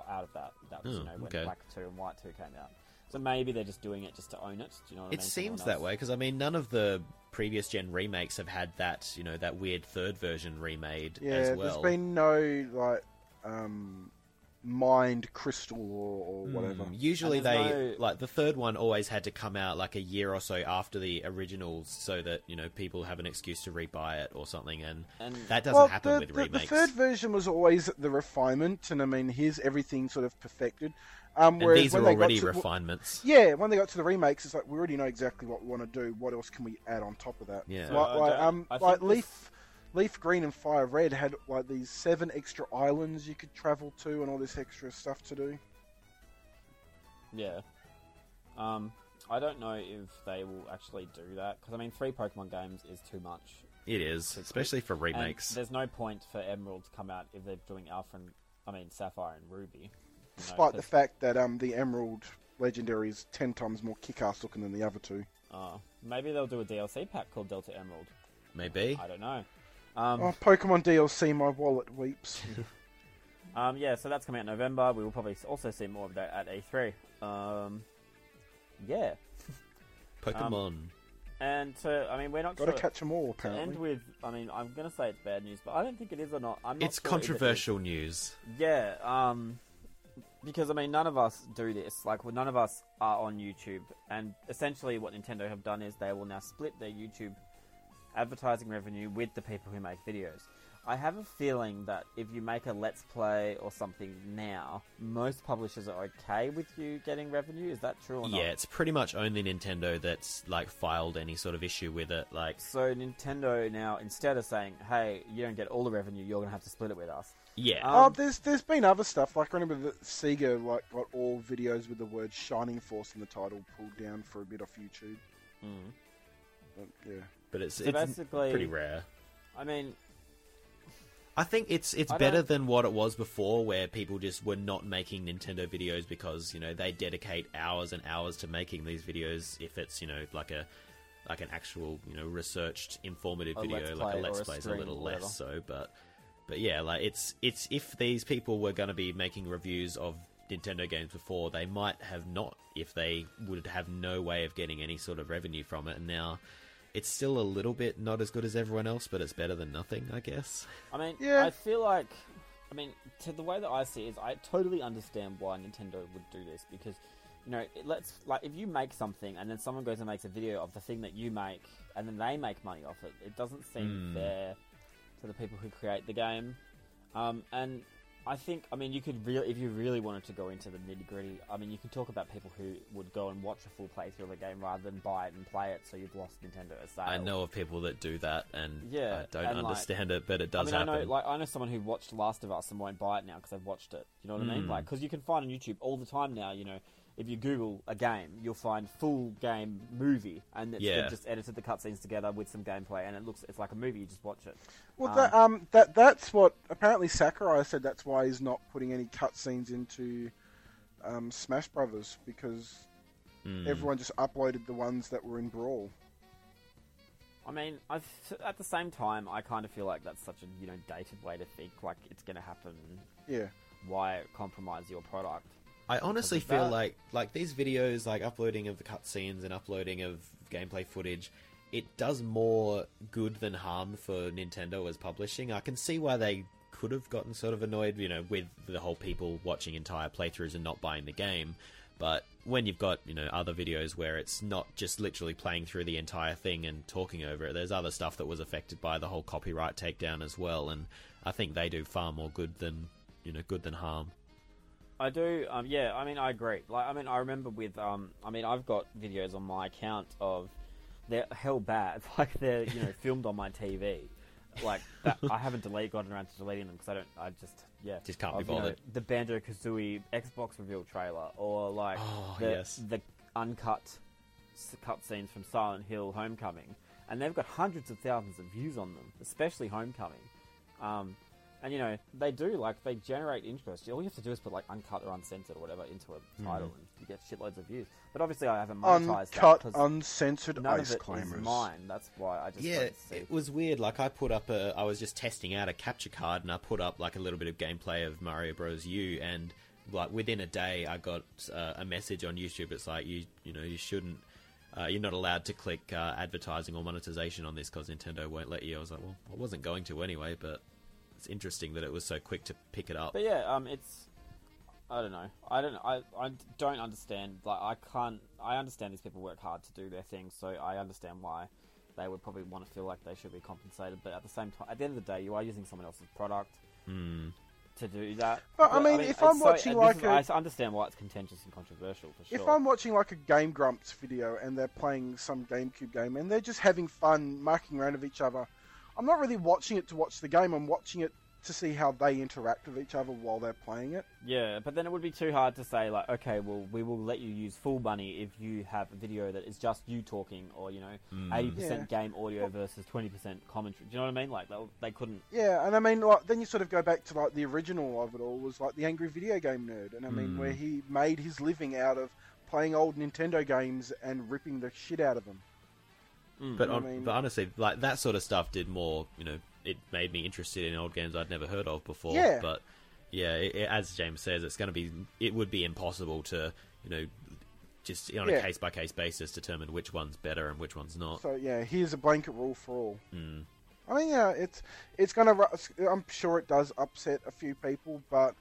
S1: out of that. That was,
S2: Oh,
S1: you know, when
S2: okay.
S1: Black 2 and White 2 came out. So maybe they're just doing it just to own it. Do you know what I
S2: it
S1: mean?
S2: seems
S1: Someone
S2: that
S1: else-
S2: way because I mean, none of the previous gen remakes have had that, you know, that weird third version remade
S3: yeah,
S2: as well.
S3: there's been no like um mind crystal or, or whatever.
S2: Mm, Usually
S1: And there's
S2: they
S1: no-
S2: like the third one always had to come out like a year or so after the originals, so that you know people have an excuse to rebuy it or something, and,
S1: And-
S2: that doesn't
S3: well,
S2: happen
S3: the,
S2: with
S3: the, the
S2: remakes.
S3: third version was always the refinement, and I mean, here's everything sort of perfected. Um,
S2: and
S3: whereas
S2: these
S3: when
S2: are
S3: they got
S2: already
S3: to-
S2: refinements.
S3: Yeah, when they got to the remakes, it's like we already know exactly what we want to do. What else can we add on top of that?
S2: Yeah.
S3: like,
S1: So, I
S3: like,
S1: don't-
S3: um,
S1: I
S3: like
S1: think this-
S3: Leaf, Leaf Green and Fire Red had like these seven extra islands you could travel to, and all this extra stuff to do.
S1: Yeah. Um, I don't know if they will actually do that, because I mean, three Pokemon games is too much.
S2: It is, especially for
S1: And
S2: remakes.
S1: there's no point for Emerald to come out if they're doing Alpha and, I mean, Sapphire and Ruby. you know,
S3: Despite
S1: 'cause-
S3: the fact that um, the Emerald Legendary is ten times more kick-ass looking than the other two.
S1: Oh, maybe they'll do a DLC pack called Delta Emerald.
S2: Maybe.
S1: I don't know. Um,
S3: Eh. Oh, Pokemon DLC, my wallet weeps.
S1: um, yeah, so that's coming out in November. We will probably also see more of that at E3. Um, yeah,
S2: Pokemon.
S1: and to, I mean, we're not
S3: Got to
S1: sure-
S3: catch 'em all,
S1: to end
S3: apparently.
S1: with. I mean, I'm gonna say it's bad news, but I don't think it is or not. I'm not
S2: it's
S1: sure if it is.
S2: controversial news.
S1: Yeah. Um, because I mean, none of us do this. Like, well, none of us are on YouTube, and essentially, what Nintendo have done is they will now split their YouTube advertising revenue with the people who make videos. I have a feeling that if you make a Let's Play or something now, most publishers are okay with you getting revenue. Is that true or not?
S2: Yeah, it's pretty much only Nintendo that's like filed any sort of issue with it. Like,
S1: So Nintendo now, instead of saying, "Hey, you don't get all the revenue. You're gonna have to split it with us."
S2: yeah,
S1: Um,
S3: oh, there's there's been other stuff. Like I remember that Sega like got all videos with the word "Shining Force" in the title pulled down for a bit off YouTube.
S1: Mm.
S3: But, yeah.
S2: but it's
S1: so
S2: it's
S1: basically-
S2: pretty rare.
S1: I mean,
S2: I think it's it's
S1: I
S2: better
S1: don't-
S2: than what it was before, where people just were not making Nintendo videos because you know they dedicate hours and hours to making these videos. If it's you know like a like an actual you know researched informative
S1: A
S2: video,
S1: Let's
S2: like a
S1: Play
S2: let's
S1: or a
S2: play is a
S1: stream
S2: little
S1: or
S2: less so, but but yeah, like it's it's if these people were going to be making reviews of Nintendo games before, they might have not if they would have no way of getting any sort of revenue from it, and now. It's still a little bit not as good as everyone else, but it's better than nothing, I guess.
S1: I mean,
S3: Yeah.
S1: I feel like, I mean, to the way that I see it is, I totally understand why Nintendo would do this because, you know, it lets like if you make something and then someone goes and makes a video of the thing that you make and then they make money off it, it doesn't seem
S2: Hmm.
S1: fair to the people who create the game. Um, and I think, I mean, you could really, if you really wanted to go into the nitty gritty, I mean, you can talk about people who would go and watch a full playthrough of a game rather than buy it and play it, so you've lost Nintendo as sale.
S2: I know of people that do that, and
S1: Yeah,
S2: I don't
S1: and, like-
S2: understand it, but it does
S1: I mean, I
S2: happen.
S1: know, like, I know someone who watched Last of Us and won't buy it now because they've watched it. You know what I mean?
S2: Mm.
S1: Like, because you can find on YouTube all the time now. You know, if you Google a game, you'll find full game movie, and it's
S2: Yeah.
S1: they've just edited the cutscenes together with some gameplay, and it looks it's like a movie. You just watch it.
S3: Well,
S1: Um,
S3: that, um, that that's what apparently Sakurai said. That's why he's not putting any cutscenes into um, Smash Brothers because
S1: Hmm.
S2: Mm.
S3: everyone just uploaded the ones that were in Brawl.
S1: I mean, I f- at the same time, I kind of feel like that's such a you know dated way to think. Like, it's going to happen.
S3: Yeah,
S1: Why compromise your product?
S2: I honestly
S1: because of
S2: feel
S1: that.
S2: like like these videos, like uploading of the cutscenes and uploading of gameplay footage, it does more good than harm for Nintendo as publishing. I can see why they could have gotten sort of annoyed, you know, with the whole people watching entire playthroughs and not buying the game. But when you've got you know other videos where it's not just literally playing through the entire thing and talking over it, there's other stuff that was affected by the whole copyright takedown as well, and I think they do far more good than you know good than harm.
S1: I do. Um, yeah, I mean, I agree. Like, I mean, I remember with. Um, I mean, I've got videos on my account of they're hell bad. Like they're you know filmed on my TV. Like that, I haven't delete gotten around to deleting them because I don't. I just yeah.
S2: Just can't be
S1: of, you know,
S2: bothered.
S1: the Banjo Kazooie Xbox reveal trailer, or like
S2: Oh,
S1: the,
S2: yes.
S1: the uncut s- cutscenes from Silent Hill Homecoming, and they've got hundreds of thousands of views on them, especially Homecoming. Um, and you know they do like they generate interest. All you have to do is put like uncut or uncensored or whatever into a title, and you get shitloads of views. But obviously, I haven't monetized
S3: Hmm. uncut,
S1: that because
S3: uncensored
S1: none
S3: ice
S1: of it is
S3: climbers.
S1: mine. That's why I just
S2: yeah,
S1: don't see.
S2: it was weird. Like I put up a, I was just testing out a capture card, and I put up like a little bit of gameplay of Mario Bros. U, and like within a day, I got uh, a message on YouTube. It's like you, you know, you shouldn't, uh, you're not allowed to click uh, advertising or monetization on this because Nintendo won't let you. I was like, well, I wasn't going to anyway, but it's interesting that it was so quick to pick it up.
S1: But yeah, um, it's I don't know. I don't. I I don't understand. Like I can't. I understand these people work hard to do their thing, so I understand why they would probably want to feel like they should be compensated. But at the same time, at the end of the day, you are using someone else's product
S2: Hmm,
S1: to do that.
S3: But, I mean, if
S1: it's
S3: I'm
S1: so-
S3: watching,
S1: and this
S3: like,
S1: is, I understand why it's contentious and controversial for sure.
S3: If I'm watching like a Game Grumps video and they're playing some GameCube game and they're just having fun mucking around with each other, I'm not really watching it to watch the game. I'm watching it to see how they interact with each other while they're playing it.
S1: Yeah, but then it would be too hard to say like, okay, well, we will let you use full money if you have a video that is just you talking, or you
S2: hmm.
S1: know, eighty percent game audio versus twenty percent commentary. Do you know what I mean? Like they, they couldn't.
S3: Yeah, and I mean, like, then you sort of go back to like the original of it all was like the angry video game nerd, and I mean,
S2: Hmm.
S3: where he made his living out of playing old Nintendo games and ripping the shit out of them.
S2: But,
S3: I
S2: on,
S3: mean-
S2: but honestly, like that sort of stuff did more. You know, it made me interested in old games I'd never heard of before.
S3: Yeah.
S2: But yeah, it, it- as James says, it's going to be. It would be impossible to you know just on a
S3: Yeah.
S2: case by case basis determine which one's better and which one's not.
S3: So yeah, here's a blanket rule for all.
S2: Mm.
S3: Oh, I mean, yeah, it's it's gonna. ru- I'm sure it does upset a few people, but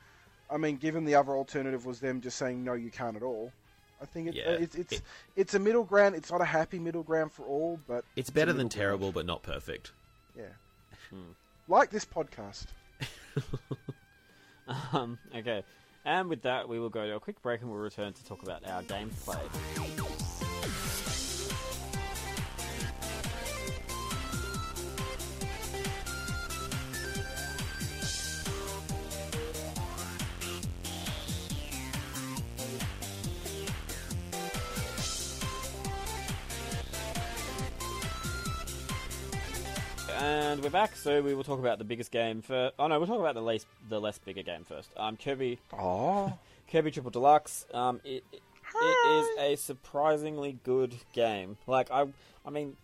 S3: I mean, given the other alternative was them just saying no, you can't at all. I think it, uh,
S2: Yeah.
S3: it's it's
S2: It-
S3: it's a middle ground. It's not a happy middle ground for all, but
S2: It's better
S3: a
S2: than
S3: middle ground.
S2: terrible, but not perfect.
S3: Yeah. Like this podcast.
S1: Um, okay. And with that, we will go to a quick break and we'll return to talk about our games played. And we're back, so we will talk about the biggest game first. Oh no, we'll talk about the least, the less bigger game first. Um, Kirby,
S3: Oh.
S1: Kirby Triple Deluxe. Um, it, it, it is a surprisingly good game. Like I, I mean,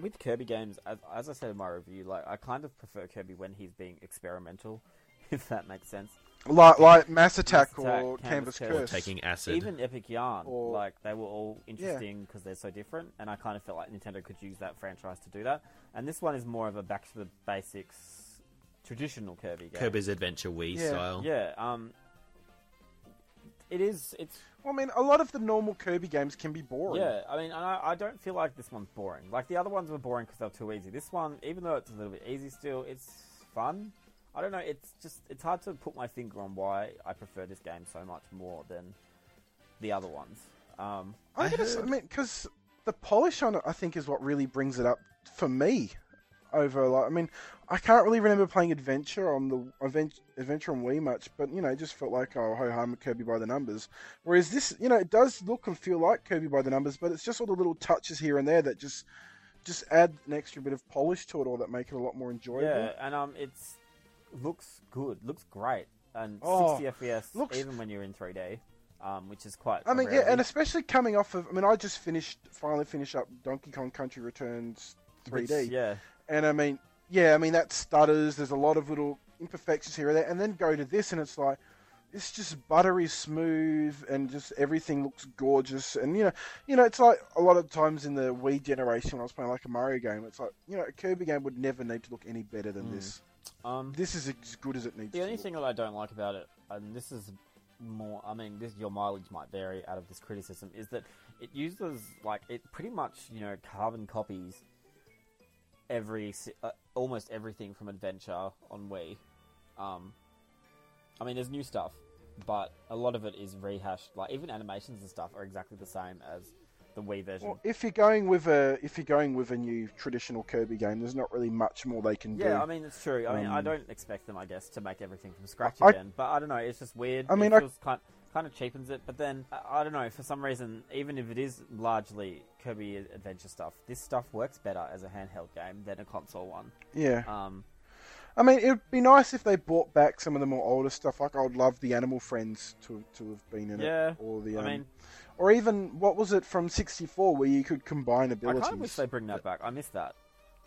S1: with Kirby games, as, as I said in my review, like I kind of prefer Kirby when he's being experimental, if that makes sense.
S3: Like like Mass Attack
S1: Mass Attack,
S3: or
S1: Canvas
S3: Canvas,
S1: Curse. Or
S3: Curse.
S2: Taking acid.
S1: Even Epic Yarn,
S3: Or-
S1: like they were all interesting because they're so different, and I kind of felt like Nintendo could use that franchise to do that. And this one is more of a back to the basics, traditional Kirby game.
S2: Kirby's Adventure Wii
S3: Yeah.
S2: style.
S1: Yeah. Um. It is. It's
S3: Well, I mean, a lot of the normal Kirby games can be boring.
S1: Yeah, I mean, and I, I don't feel like this one's boring. Like the other ones were boring because they're too easy. This one, even though it's a little bit easy still, it's fun. I don't know. It's just it's hard to put my finger on why I prefer this game so much more than the other ones. Um,
S3: I'm
S2: I
S3: gonna s I
S2: heard-
S3: mean, because the polish on it, I think, is what really brings it up for me. Over, like, I mean, I can't really remember playing Adventure on the Advent- Adventure on Wii much, but you know, it just felt like oh, ho hum, Kirby by the numbers. Whereas this, you know, it does look and feel like Kirby by the numbers, but it's just all the little touches here and there that just just add an extra bit of polish to it, or that make it a lot more enjoyable.
S1: yeah, and um, it's looks good, looks great, and
S3: Oh,
S1: 60 FPS
S3: looks-
S1: even when you're in 3D, um, which is quite.
S3: I mean,
S1: a
S3: yeah, and
S1: rarity.
S3: especially coming off of, I mean, I just finished finally finished up Donkey Kong Country Returns 3D.
S1: Which, yeah,
S3: And I mean, yeah, I mean that stutters. There's a lot of little imperfections here and there, and then go to this, and it's like it's just buttery smooth, and just everything looks gorgeous. And you know, you know, it's like a lot of times in the Wii generation when I was playing like a Mario game, it's like you know, a Kirby game would never need to look any better than this.
S1: um,
S3: This is as good as it needs.
S1: The
S3: to
S1: only
S3: look.
S1: thing that I don't like about it, and this is more, I mean, this your mileage might vary out of this criticism, is that it uses like it pretty much you know carbon copies every si- uh, almost everything from Adventure on Wii. Um, I mean, there's new stuff, but a lot of it is rehashed. Like even animations and stuff are exactly the same as the Wii version.
S3: Well, if you're going with a if you're going with a new traditional Kirby game, there's not really much more they can do.
S1: yeah, I mean it's true. I mean I
S3: Um,
S1: don't expect them, I guess, to make everything from scratch
S3: I-
S1: again. but I don't know. It's just weird.
S3: I mean,
S1: it
S3: I-
S1: feels kind kind of cheapens it. But then I, I don't know. For some reason, even if it is largely Kirby adventure stuff, this stuff works better as a handheld game than a console one.
S3: yeah.
S1: Um,
S3: I mean, it'd be nice if they brought back some of the more older stuff. Like, I'd love the Animal Friends to to have been in
S1: Yeah,
S3: it, or the
S1: I
S3: um,
S1: mean,
S3: or even what was it from '64 where you could combine
S1: I
S3: abilities.
S1: kind of wish they bring that back. I miss that.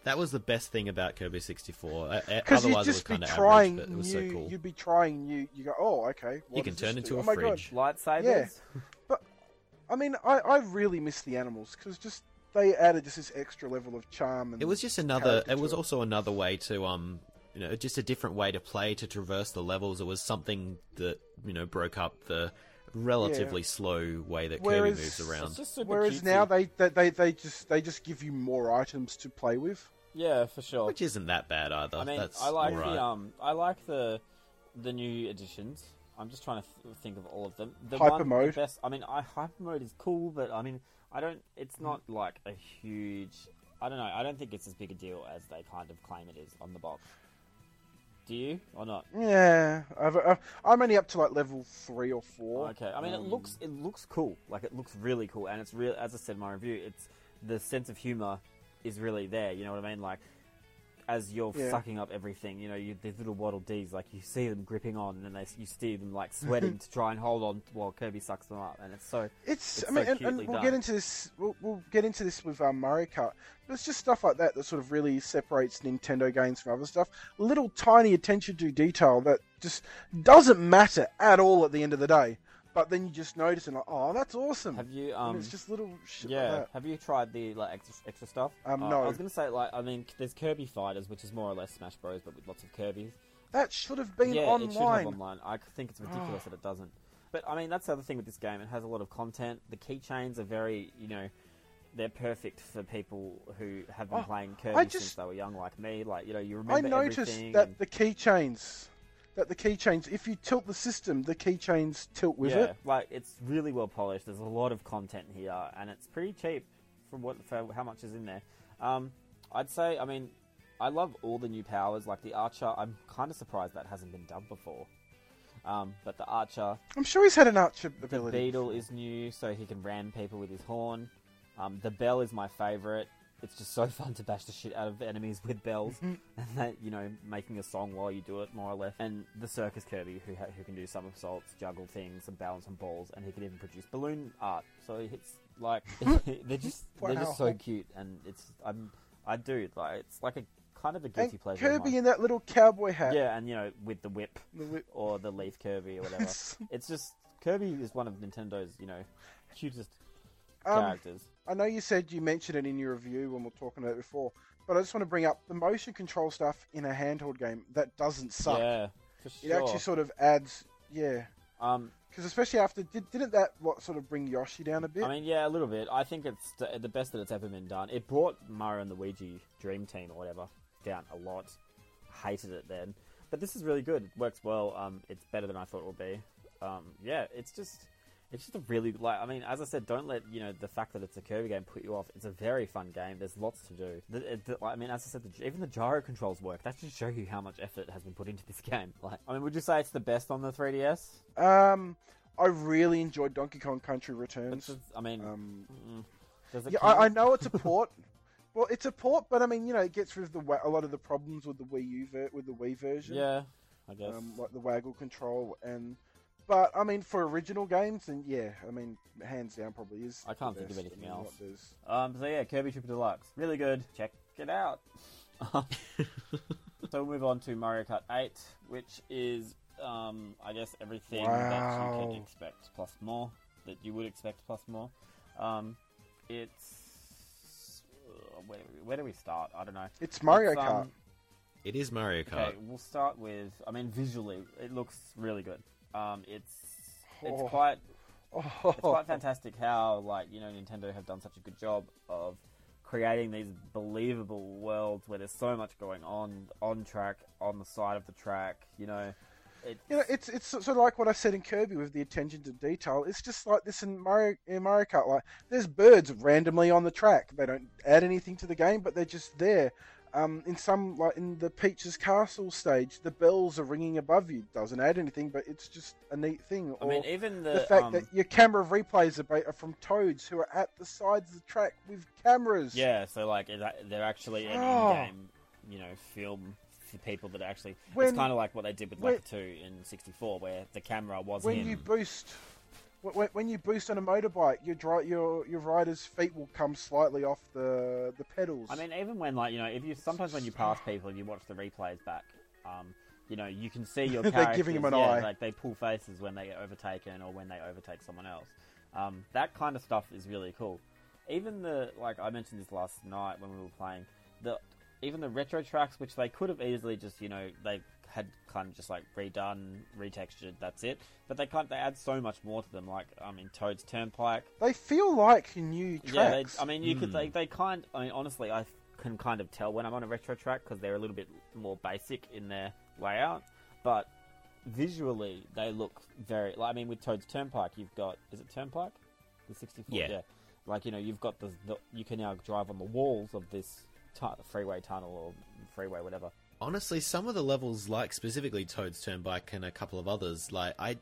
S2: That was the best thing about Kirby 64. Uh, uh,
S3: because you'd
S2: Otherwise, it was
S3: just be
S2: kind of
S3: trying
S2: average, but it
S3: new.
S2: was so cool.
S3: You'd be trying new. You go, oh, okay. what
S2: You can
S3: does this
S2: turn
S3: do?
S2: into a
S3: oh my God.
S2: fridge.
S1: Lightsabers.
S3: I mean, I, I really miss the animals because just they added just this extra level of charm. And
S2: It was just another.
S3: character
S2: It
S3: to
S2: was also another way to um, you know, just a different way to play to traverse the levels. It was something that you know broke up the relatively slow way that
S3: Whereas-
S2: Kirby moves
S1: It's
S2: around.
S1: just super
S3: Whereas
S1: cutesy.
S3: now they, they they they just they just give you more items to play with.
S1: yeah, for sure.
S2: Which isn't that bad either.
S1: I mean,
S2: That's
S1: I like
S2: alright.
S1: the um, I like the the new additions. I'm just trying to th- think of all of them. The
S3: Hyper
S1: one, the
S3: mode.
S1: best. I mean, I hyper mode is cool, but I mean, I don't.
S3: Mm-hmm.
S1: It's not like a huge. I don't know. I don't think it's as big a deal as they kind of claim it is on the box. Do you or not?
S3: Yeah, I've, I've, I'm only up to like level three or four.
S1: Okay. I mean, it
S3: Um,
S1: looks it looks cool. Like it looks really cool, and it's real. As I said in my review, it's the sense of humor is really there. You know what I mean? Like as you're
S3: Yeah.
S1: sucking up everything, you know, you, these little waddle dees, like you see them gripping on, and then they, you see them like sweating to try and hold on while Kirby sucks them up, and it's so
S3: It's,
S1: It's
S3: I mean,
S1: so
S3: and, and
S1: cutely
S3: we'll
S1: done.
S3: get into this. We'll, we'll get into this with um, Mario Kart. But it's just stuff like that that sort of really separates Nintendo games from other stuff. Little tiny attention to detail that just doesn't matter at all at the end of the day. But then you just notice and like, oh, that's awesome.
S1: Have you,
S3: And
S1: um,
S3: it's just little shit
S1: yeah.
S3: like that.
S1: Have you tried the like extra, extra stuff?
S3: Um,
S1: Uh,
S3: no.
S1: I was gonna say like I mean, there's Kirby Fighters, which is more or less Smash Bros, but with lots of Kirby's.
S3: That should have been
S1: yeah,
S3: online. Oh.
S1: it should have online. I think it's ridiculous that it doesn't. But I mean, that's the other thing with this game. It has a lot of content. The keychains are very, you know, they're perfect for people who have been
S3: Oh,
S1: playing
S3: I
S1: Kirby since
S3: just-
S1: they were young, like me. Like you know, you
S3: I
S1: remember
S3: noticed
S1: everything.
S3: that
S1: and-
S3: the keychains, that the keychains, if you tilt the system, the keychains tilt with
S1: yeah,
S3: it.
S1: like it's really well polished. There's a lot of content here, and it's pretty cheap for what for how much is in there. Um, I'd say, I mean, I love all the new powers. Like the archer, I'm kind of surprised that hasn't been done before. Um, but the archer,
S3: I'm sure he's had an archer
S1: the
S3: ability.
S1: beetle is new, so he can ram people with his horn. Um, the bell is my favorite. It's just so fun to bash the shit out of enemies with bells, and that you know, making a song while you do it, more or less. And the circus Kirby, who ha- who can do somersaults, juggle things, and balance on balls, and he can even produce balloon art. So it's like they're just they're just so
S3: Wow.
S1: cute, and it's I'm I do like it's like a kind of a guilty
S3: and
S1: pleasure. of
S3: Kirby
S1: mine.
S3: in that little cowboy hat.
S1: yeah, and you know, with the whip
S3: The wi-
S1: or the Leaf Kirby or whatever. it's just Kirby is one of Nintendo's, you know, cutest
S3: um,
S1: characters.
S3: I know you said you mentioned it in your review when we were talking about it before, but I just want to bring up the motion control stuff in a handheld game that doesn't suck.
S1: Yeah, for
S3: it
S1: sure.
S3: actually sort of adds, yeah,
S1: um,
S3: because especially after did, didn't that what sort of bring Yoshi down a bit?
S1: I mean, yeah, a little bit. I think it's the, the best that it's ever been done. It brought Mario and Luigi Dream Team or whatever down a lot. Hated it then, but this is really good. It works well. Um, it's better than I thought it would be. Um, yeah, it's just. It's just a really like I mean, as I said, don't let you know the fact that it's a Kirby game put you off. It's a very fun game. There's lots to do. The, it- the, I mean, as I said, the, even the gyro controls work. That should show you how much effort has been put into this game. Like, I mean, would you say it's the best on the 3DS?
S3: um, I really enjoyed Donkey Kong Country
S1: It's
S3: Returns.
S1: just, I mean,
S3: Um,
S1: mm, does it
S3: yeah, I, I
S1: count?
S3: know it's a port. well, it's a port, but I mean, you know, it gets rid of the wa- a lot of the problems with the Wii U ver- with the Wii version.
S1: Yeah, I guess.
S3: um, like the waggle control and. But I mean, for original games, and yeah, I mean, hands down, probably is.
S1: I can't
S3: the
S1: think of
S3: best.
S1: anything
S3: I mean,
S1: else.
S3: what there's-
S1: Um, so yeah, Kirby Triple Deluxe, really good. Check it out. so we'll move on to Mario Kart 8, which is, um, I guess, everything that you
S3: Wow.
S1: could expect plus more, that you would expect plus more. Um, it's uh, where, where do we start? I don't know.
S3: It's Mario
S1: It's,
S3: Kart.
S1: um,
S2: It is Mario Kart.
S1: Okay, we'll start with. I mean, visually, it looks really good. Um, it's it's
S3: Oh.
S1: quite
S3: Oh,
S1: it's quite fantastic how like you know Nintendo have done such a good job of creating these believable worlds where there's so much going on on track on the side of the track you know it,
S3: You know, it's it's sort of like what I said in Kirby with the attention to detail. It's just like this in Mario in Mario Kart. Like, there's birds randomly on the track. They don't add anything to the game, but they're just there. Um, in some like in the Peach's Castle stage, the bells are ringing above you. Doesn't add anything, but it's just a neat thing.
S1: I
S3: Or-
S1: mean even the,
S3: the fact
S1: um,
S3: that your camera replays are, ba- are from toads who are at the sides of the track with cameras.
S1: yeah so like it, uh, they're actually an
S3: Oh.
S1: in-game you know film for people that actually it's
S3: When-
S1: kind of like what they did with
S3: when-
S1: Left 2 in 64 where the camera was
S3: When
S1: him
S3: you boost, when, when you boost on a motorbike, your dri- your your rider's feet will come slightly off the the pedals.
S1: I mean, even when like you know, if you sometimes when you pass people and you watch the replays back, um, you know, you can see your
S3: They're
S1: characters.
S3: giving him an
S1: yeah,
S3: eye.
S1: Like they pull faces when they get overtaken or when they overtake someone else. Um, that kind of stuff is really cool. Even the like I mentioned this last night when we were playing the even the retro tracks, which they could have easily just you know they had kind of just like redone, retextured. That's it. But they can't. They add so much more to them. Like um, in Toad's Turnpike,
S3: they feel like new tracks.
S1: yeah, they, I mean, you could they they kind. I mean, honestly, I can kind of tell when I'm on a retro track because they're a little bit more basic in their layout, but visually they look very. Like, I mean, with Toad's Turnpike, you've got is it Turnpike, the 64?
S2: Yeah.
S1: Like you know, you've got the, the you can now drive on the walls of this tu- freeway tunnel or freeway whatever.
S2: honestly some of the levels like specifically toad's turnpike and a couple of others like i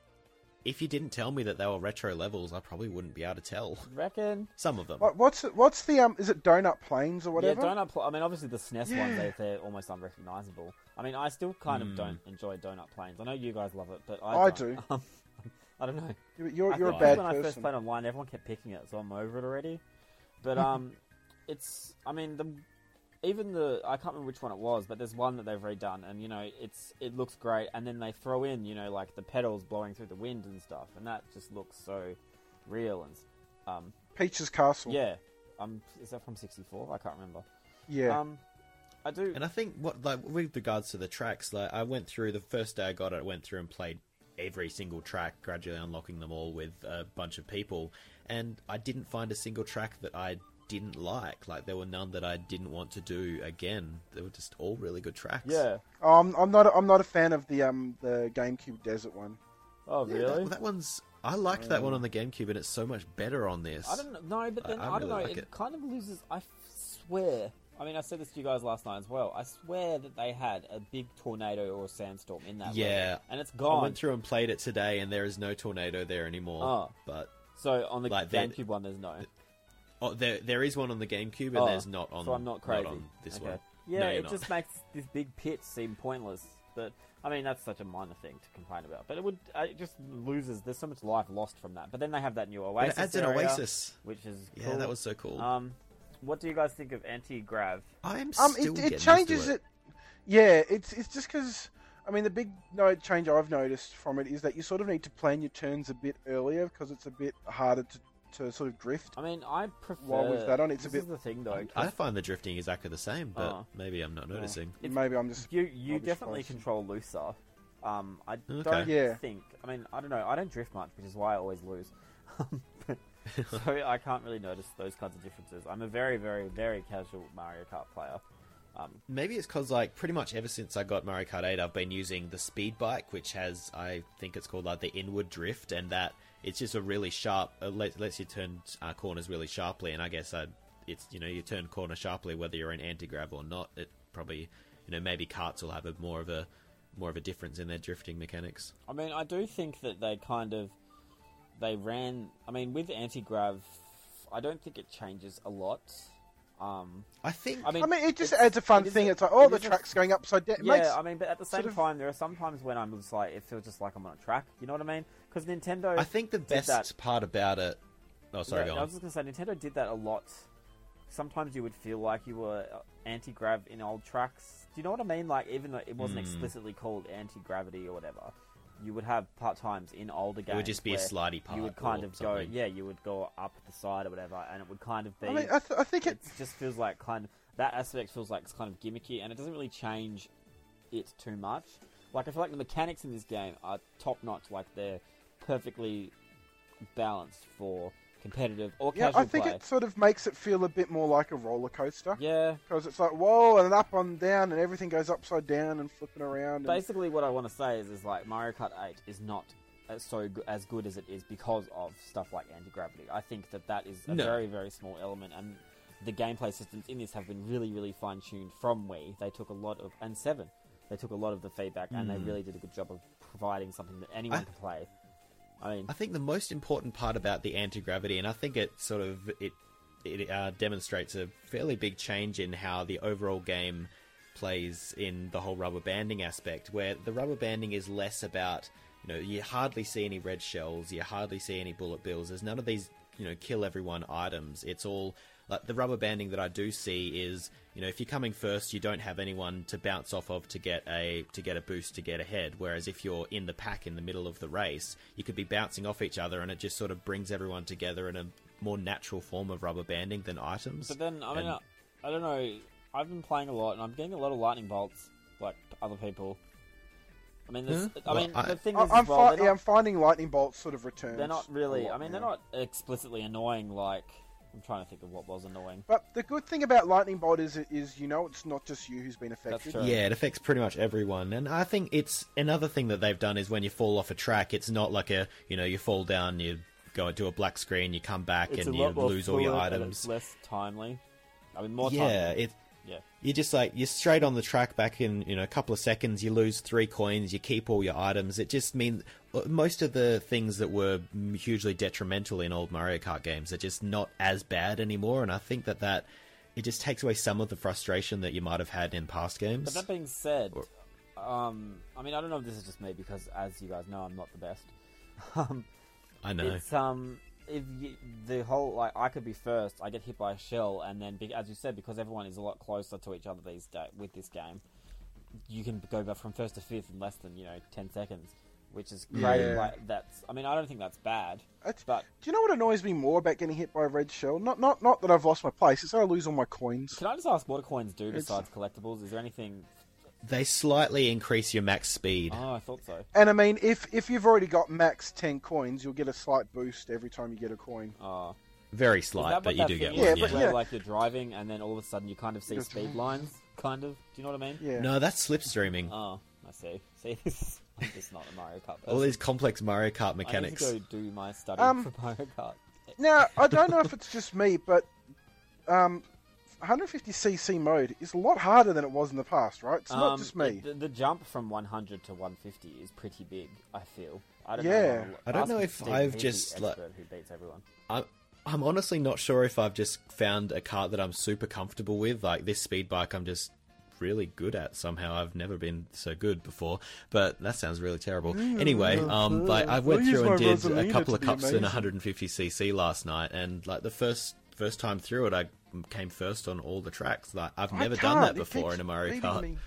S2: if you didn't tell me that they were retro levels i probably wouldn't be able to tell
S1: Reckon.
S2: some of them
S3: What, what's what's the um? Is it Donut Plains or whatever?
S1: Yeah, donut. Pl- I mean, obviously the SNES ones,
S3: Yeah.
S1: they, they're almost unrecognizable. I mean, I still kind of
S2: Mm.
S1: don't enjoy donut planes. I know you guys love it, but I,
S3: I
S1: don't.
S3: do.
S1: Um, I don't know.
S3: You- You're,
S1: I
S3: you're a
S1: think
S3: bad
S1: when I first
S3: person.
S1: played online, everyone kept picking it, so I'm over it already. But um, it's. I mean, the even the I can't remember which one it was, but there's one that they've redone, and you know, it's it looks great, and then they throw in you know like the pedals blowing through the wind and stuff, and that just looks so real and um
S3: Peach's Castle.
S1: yeah. Um, is that from '64? I can't remember.
S3: Yeah.
S1: Um, I do.
S2: And I think what like with regards to the tracks, like I went through the first day I got it, I went through and played every single track, gradually unlocking them all with a bunch of people, and I didn't find a single track that I didn't like. Like there were none that I didn't want to do again. They were just all really good tracks.
S1: Yeah.
S3: Oh, I'm, I'm not. I'm not a fan of the um the GameCube Desert one.
S1: Oh,
S2: Yeah,
S1: really?
S2: That, that one's. I liked that one on the GameCube, and it's so much better on this.
S1: I don't know, but
S2: I-
S1: then
S2: I
S1: I, don't
S2: really
S1: know.
S2: like
S1: it,
S2: it.
S1: kind of loses. I f- swear. I mean, I said this to you guys last night as well. I swear that they had a big tornado or sandstorm in that.
S2: Yeah.
S1: level, and it's
S2: I
S1: gone.
S2: went through and played it today, and there is no tornado there anymore.
S1: Oh.
S2: But
S1: so on the
S2: like, they-
S1: GameCube one, there's no.
S2: oh, there there is one on the GameCube, and
S1: Oh,
S2: there's not on.
S1: so I'm not crazy.
S2: on this
S1: okay.
S2: one.
S1: Yeah,
S2: No, you're
S1: it
S2: not.
S1: just makes this big pit seem pointless. But I mean, that's such a minor thing to complain about. But it would, uh, it just loses. There's so much life lost from that. But then they have that new
S2: But
S1: oasis.
S2: it adds an
S1: area,
S2: oasis.
S1: which is
S2: Yeah,
S1: cool.
S2: that was so cool.
S1: Um, what do you guys think of anti-grav?
S2: I'm
S3: Um,
S2: still
S3: it,
S2: getting
S3: it
S2: used
S3: changes
S2: to
S3: it. Yeah, it's it's just because I mean the big no change I've noticed from it is that you sort of need to plan your turns a bit earlier because it's a bit harder to, to sort of drift.
S1: I mean, I prefer.
S3: While we've that on, it's a
S1: this
S3: bit-
S1: is the thing, though.
S2: I
S1: 'cause
S2: find the drifting exactly the same, but
S1: Oh.
S2: maybe I'm not noticing.
S1: it's-
S3: Maybe I'm just
S1: you you
S3: Rubbish
S1: definitely
S3: person.
S1: control looser. Um, I
S2: Okay.
S1: don't
S3: Yeah.
S1: think. I mean, I don't know. I don't drift much, which is why I always lose. so I can't really notice those kinds of differences. I'm a very, very, very casual Mario Kart player.
S2: Maybe it's because, like, pretty much ever since I got Mario Kart 8, I've been using the speed bike, which has, I think it's called, like, the inward drift, and that it's just a really sharp, uh, let, lets you turn uh, corners really sharply. And I guess I, it's, you know, you turn corner sharply whether you're in anti grav or not. It probably, you know, maybe carts will have a more of a. More of a difference in their drifting mechanics.
S1: I mean, I do think that they kind of they ran. I mean, with anti grav, I don't think it changes a lot. Um,
S2: I think.
S1: I mean,
S3: I mean, it just
S1: it's-
S3: adds a fun
S1: it is
S3: thing.
S1: a-
S3: It's like, oh,
S1: it
S3: the
S1: is a-
S3: track's going upside down. It
S1: yeah,
S3: makes-
S1: I mean, but at the same
S3: sort of-
S1: time, there are some times when I'm just like, it feels just like I'm on a track. You know what I mean? Because Nintendo,
S2: I think the
S1: did
S2: best
S1: that.
S2: part about it. Oh, sorry,
S1: Yeah,
S2: go
S1: I
S2: on.
S1: was just gonna say Nintendo did that a lot. Sometimes you would feel like you were anti grav in old tracks. Do you know what I mean? Like even though it
S2: Hmm.
S1: wasn't explicitly called anti gravity or whatever, you would have part times in older games.
S2: would just be a
S1: where
S2: slidey part
S1: You would kind
S2: or
S1: of
S2: something.
S1: go, yeah, you would go up the side or whatever, and it would kind of be.
S3: I, mean, I, th- I think
S1: it
S3: it.
S1: just feels like kind of that aspect feels like it's kind of gimmicky, and it doesn't really change it too much. Like I feel like the mechanics in this game are top notch. Like they're perfectly balanced for competitive or
S3: Yeah,
S1: casual
S3: I think
S1: play.
S3: it sort of makes it feel a bit more like a roller coaster
S1: Yeah,
S3: because it's like whoa and up and down and everything goes upside down and flipping around. And,
S1: basically what I want to say is, is like Mario Kart 8 is not as so go- as good as it is because of stuff like anti gravity. I think that that is a
S2: No.
S1: very very small element, and the gameplay systems in this have been really really fine tuned from Wii. They took a lot of and Seven, they took a lot of the feedback, and they really did a good job of providing something that anyone
S2: Hmm. I-
S1: can play. I mean,
S2: I think the most important part about the anti gravity, and I think it sort of it it uh, demonstrates a fairly big change in how the overall game plays in the whole rubber banding aspect, where the rubber banding is less about you know you hardly see any red shells, you hardly see any bullet bills. There's none of these you know kill everyone items. It's all like the rubber banding that I do see is you know if you're coming first, you don't have anyone to bounce off of to get a to get a boost to get ahead. Whereas if you're in the pack in the middle of the race, you could be bouncing off each other, and it just sort of brings everyone together in a more natural form of rubber banding than items.
S1: But then, I mean,
S2: And-
S1: I, I don't know. I've been playing a lot, and I'm getting a lot of lightning bolts, like other people. I mean, this, I
S2: Well,
S1: mean,
S2: I-
S1: the thing
S3: I,
S1: is,
S3: Oh, I'm,
S1: as well,
S3: fi-
S1: they're
S3: yeah,
S1: not-
S3: I'm finding lightning bolts sort of returns.
S1: They're not
S3: a
S1: really.
S3: lot
S1: I mean, they're
S3: now.
S1: not explicitly annoying. Like I'm trying to think of what was annoying.
S3: But the good thing about lightning bolt is, is you know it's not just you who's been affected.
S1: true.
S2: Yeah, it affects pretty much everyone. And I think it's another thing that they've done is when you fall off a track, it's not like a you know you fall down, you go into a black screen, you come back, and you lose all your
S1: fluid and it's
S2: items.
S1: less timely. I mean, more
S2: Yeah,
S1: timely.
S2: it.
S1: Yeah.
S2: You're just like you're straight on the track back in you know a couple of seconds. You lose three coins. You keep all your items. It just means uh, most of the things that were hugely detrimental in old Mario Kart games are just not as bad anymore. And I think that that it just takes away some of the frustration that you might have had in past games.
S1: But that being said, um, I mean, I don't know if this is just me because, as you guys know, I'm not the best. Um,
S2: I know.
S1: It's um, if you, the whole like I could be first, I get hit by a shell, and then be, as you said, because everyone is a lot closer to each other these day with this game, you can go back from first to fifth in less than you know ten seconds. which is great.
S3: Yeah.
S1: Like that's, I mean, I don't think that's bad,
S3: That's-
S1: but
S3: Do you know what annoys me more about getting hit by a red shell? Not not not that I've lost my place. It's that I lose all my coins.
S1: can I just ask what do coins do
S3: It's-
S1: besides collectibles? Is there anything?
S2: They slightly increase your max speed.
S1: Oh, I thought so.
S3: And I mean, if if you've already got max ten coins, you'll get a slight boost every time you get a coin.
S1: Oh.
S2: Very
S1: Is
S2: slight,
S1: that
S2: but
S1: what
S2: you
S1: that
S2: do get
S1: thing
S2: one.
S1: is
S3: Yeah,
S2: Yeah,
S3: but
S1: where,
S3: yeah.
S1: like you're driving and then all of a sudden you kind of see
S3: You're
S1: speed
S3: driving.
S1: lines, kind of. Do you know what I mean?
S3: Yeah.
S2: No, that's slipstreaming.
S1: Oh, I see. See, this is, I'm just not a Mario Kart person.
S2: All these complex Mario Kart mechanics.
S1: I need to go do my study
S3: Um,
S1: for Mario Kart.
S3: Now I don't know if it's just me, but um, 150cc mode is a lot harder than it was in the past, right? It's not
S1: Um,
S3: just me.
S1: The, the jump from 100 to 150 is pretty big. I feel. I don't
S3: Yeah.
S1: know.
S2: I don't
S1: ask
S2: know if
S1: Steve,
S2: I've
S1: he's the
S2: just, like-
S1: expert who beats everyone.
S2: I'm, I'm honestly not sure if I've just found a cart that I'm super comfortable with. Like this speed bike, I'm just really good at somehow. I've never been so good before, but that sounds really terrible.
S3: Mm,
S2: Anyway, um, like I went
S3: I'll uh,
S2: through
S3: use
S2: and
S3: my
S2: did a
S3: Rosalina
S2: couple
S3: to
S2: of
S3: be
S2: cups in
S3: amazing.
S2: 150cc last night, and like the first first time through it, I came first on all the tracks. Like I've
S3: I
S2: never done
S3: can't.
S2: that
S3: It
S2: before
S3: keeps
S2: in a Mario
S3: beating
S2: Kart.
S3: me.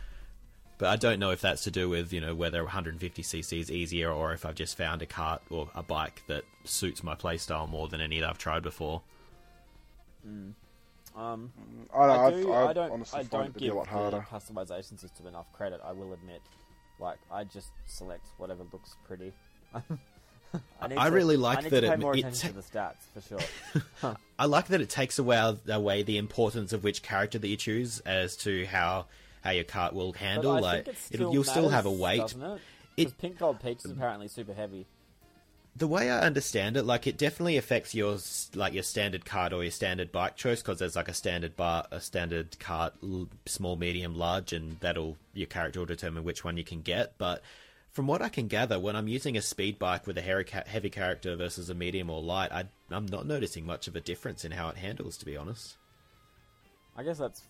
S2: But I don't know if that's to do with you know whether 150cc is easier or if I've just found a cart or a bike that suits my playstyle more than any that I've tried before.
S1: Um,
S3: I, don't,
S1: I, do,
S3: I've-
S1: I
S3: I've
S1: don't.
S3: honestly
S1: I
S3: find it
S1: don't
S3: to be
S1: give
S3: a lot
S1: the
S3: harder.
S1: customization system enough credit. I will admit. Like, I just select whatever looks pretty. I, need
S2: I
S1: to-
S2: really like
S1: I need
S2: that
S1: to pay
S2: it-
S1: more
S2: it
S1: attention to
S2: ta-
S1: the stats for sure.
S2: I like that it takes away, away the importance of which character that you choose as to how how your cart will
S1: But
S2: handle.
S1: I
S2: Like
S1: think it
S2: it'll-
S1: still
S2: you'll still have a
S1: matters,
S2: weight.
S1: doesn't it?
S2: It- Mm.
S1: 'Cause pink gold peach is apparently super heavy.
S2: The way I understand it, like it definitely affects your s- like your standard cart or your standard bike choice because there's like a standard bar, a standard cart, l- small, medium, large, and that'll your character will determine which one you can get. But from what I can gather, when I'm using a speed bike with a hairy ca- heavy character versus a medium or light, I, I'm not noticing much of a difference in how it handles. To be honest.
S1: I guess that's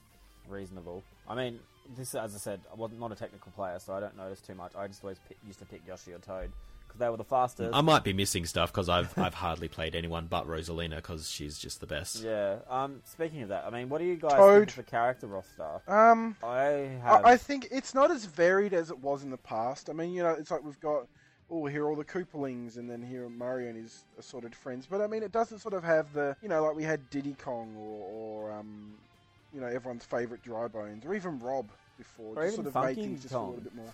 S1: reasonable. I mean, this, as I said, I wasn't not a technical player, so I don't notice too much. I just always pick, used to pick Yoshi or Toad because they were the fastest.
S2: I might be missing stuff because I've I've hardly played anyone but Rosalina because she's just the best.
S1: yeah. Um. Speaking of that, I mean, what do you guys
S3: Toad.
S1: think of the character roster?
S3: Um,
S1: I have.
S3: I, I think it's not as varied as it was in the past. I mean, you know, it's like we've got oh here are all the Koopalings, and then here are Mario and his assorted friends. But I mean, it doesn't sort of have the you know like we had Diddy Kong or, or um, you know everyone's favorite Dry Bones or even Rob before.
S1: Or
S3: just
S1: even
S3: sort of
S1: Funky
S3: made things just a little
S1: Kong.
S3: bit more.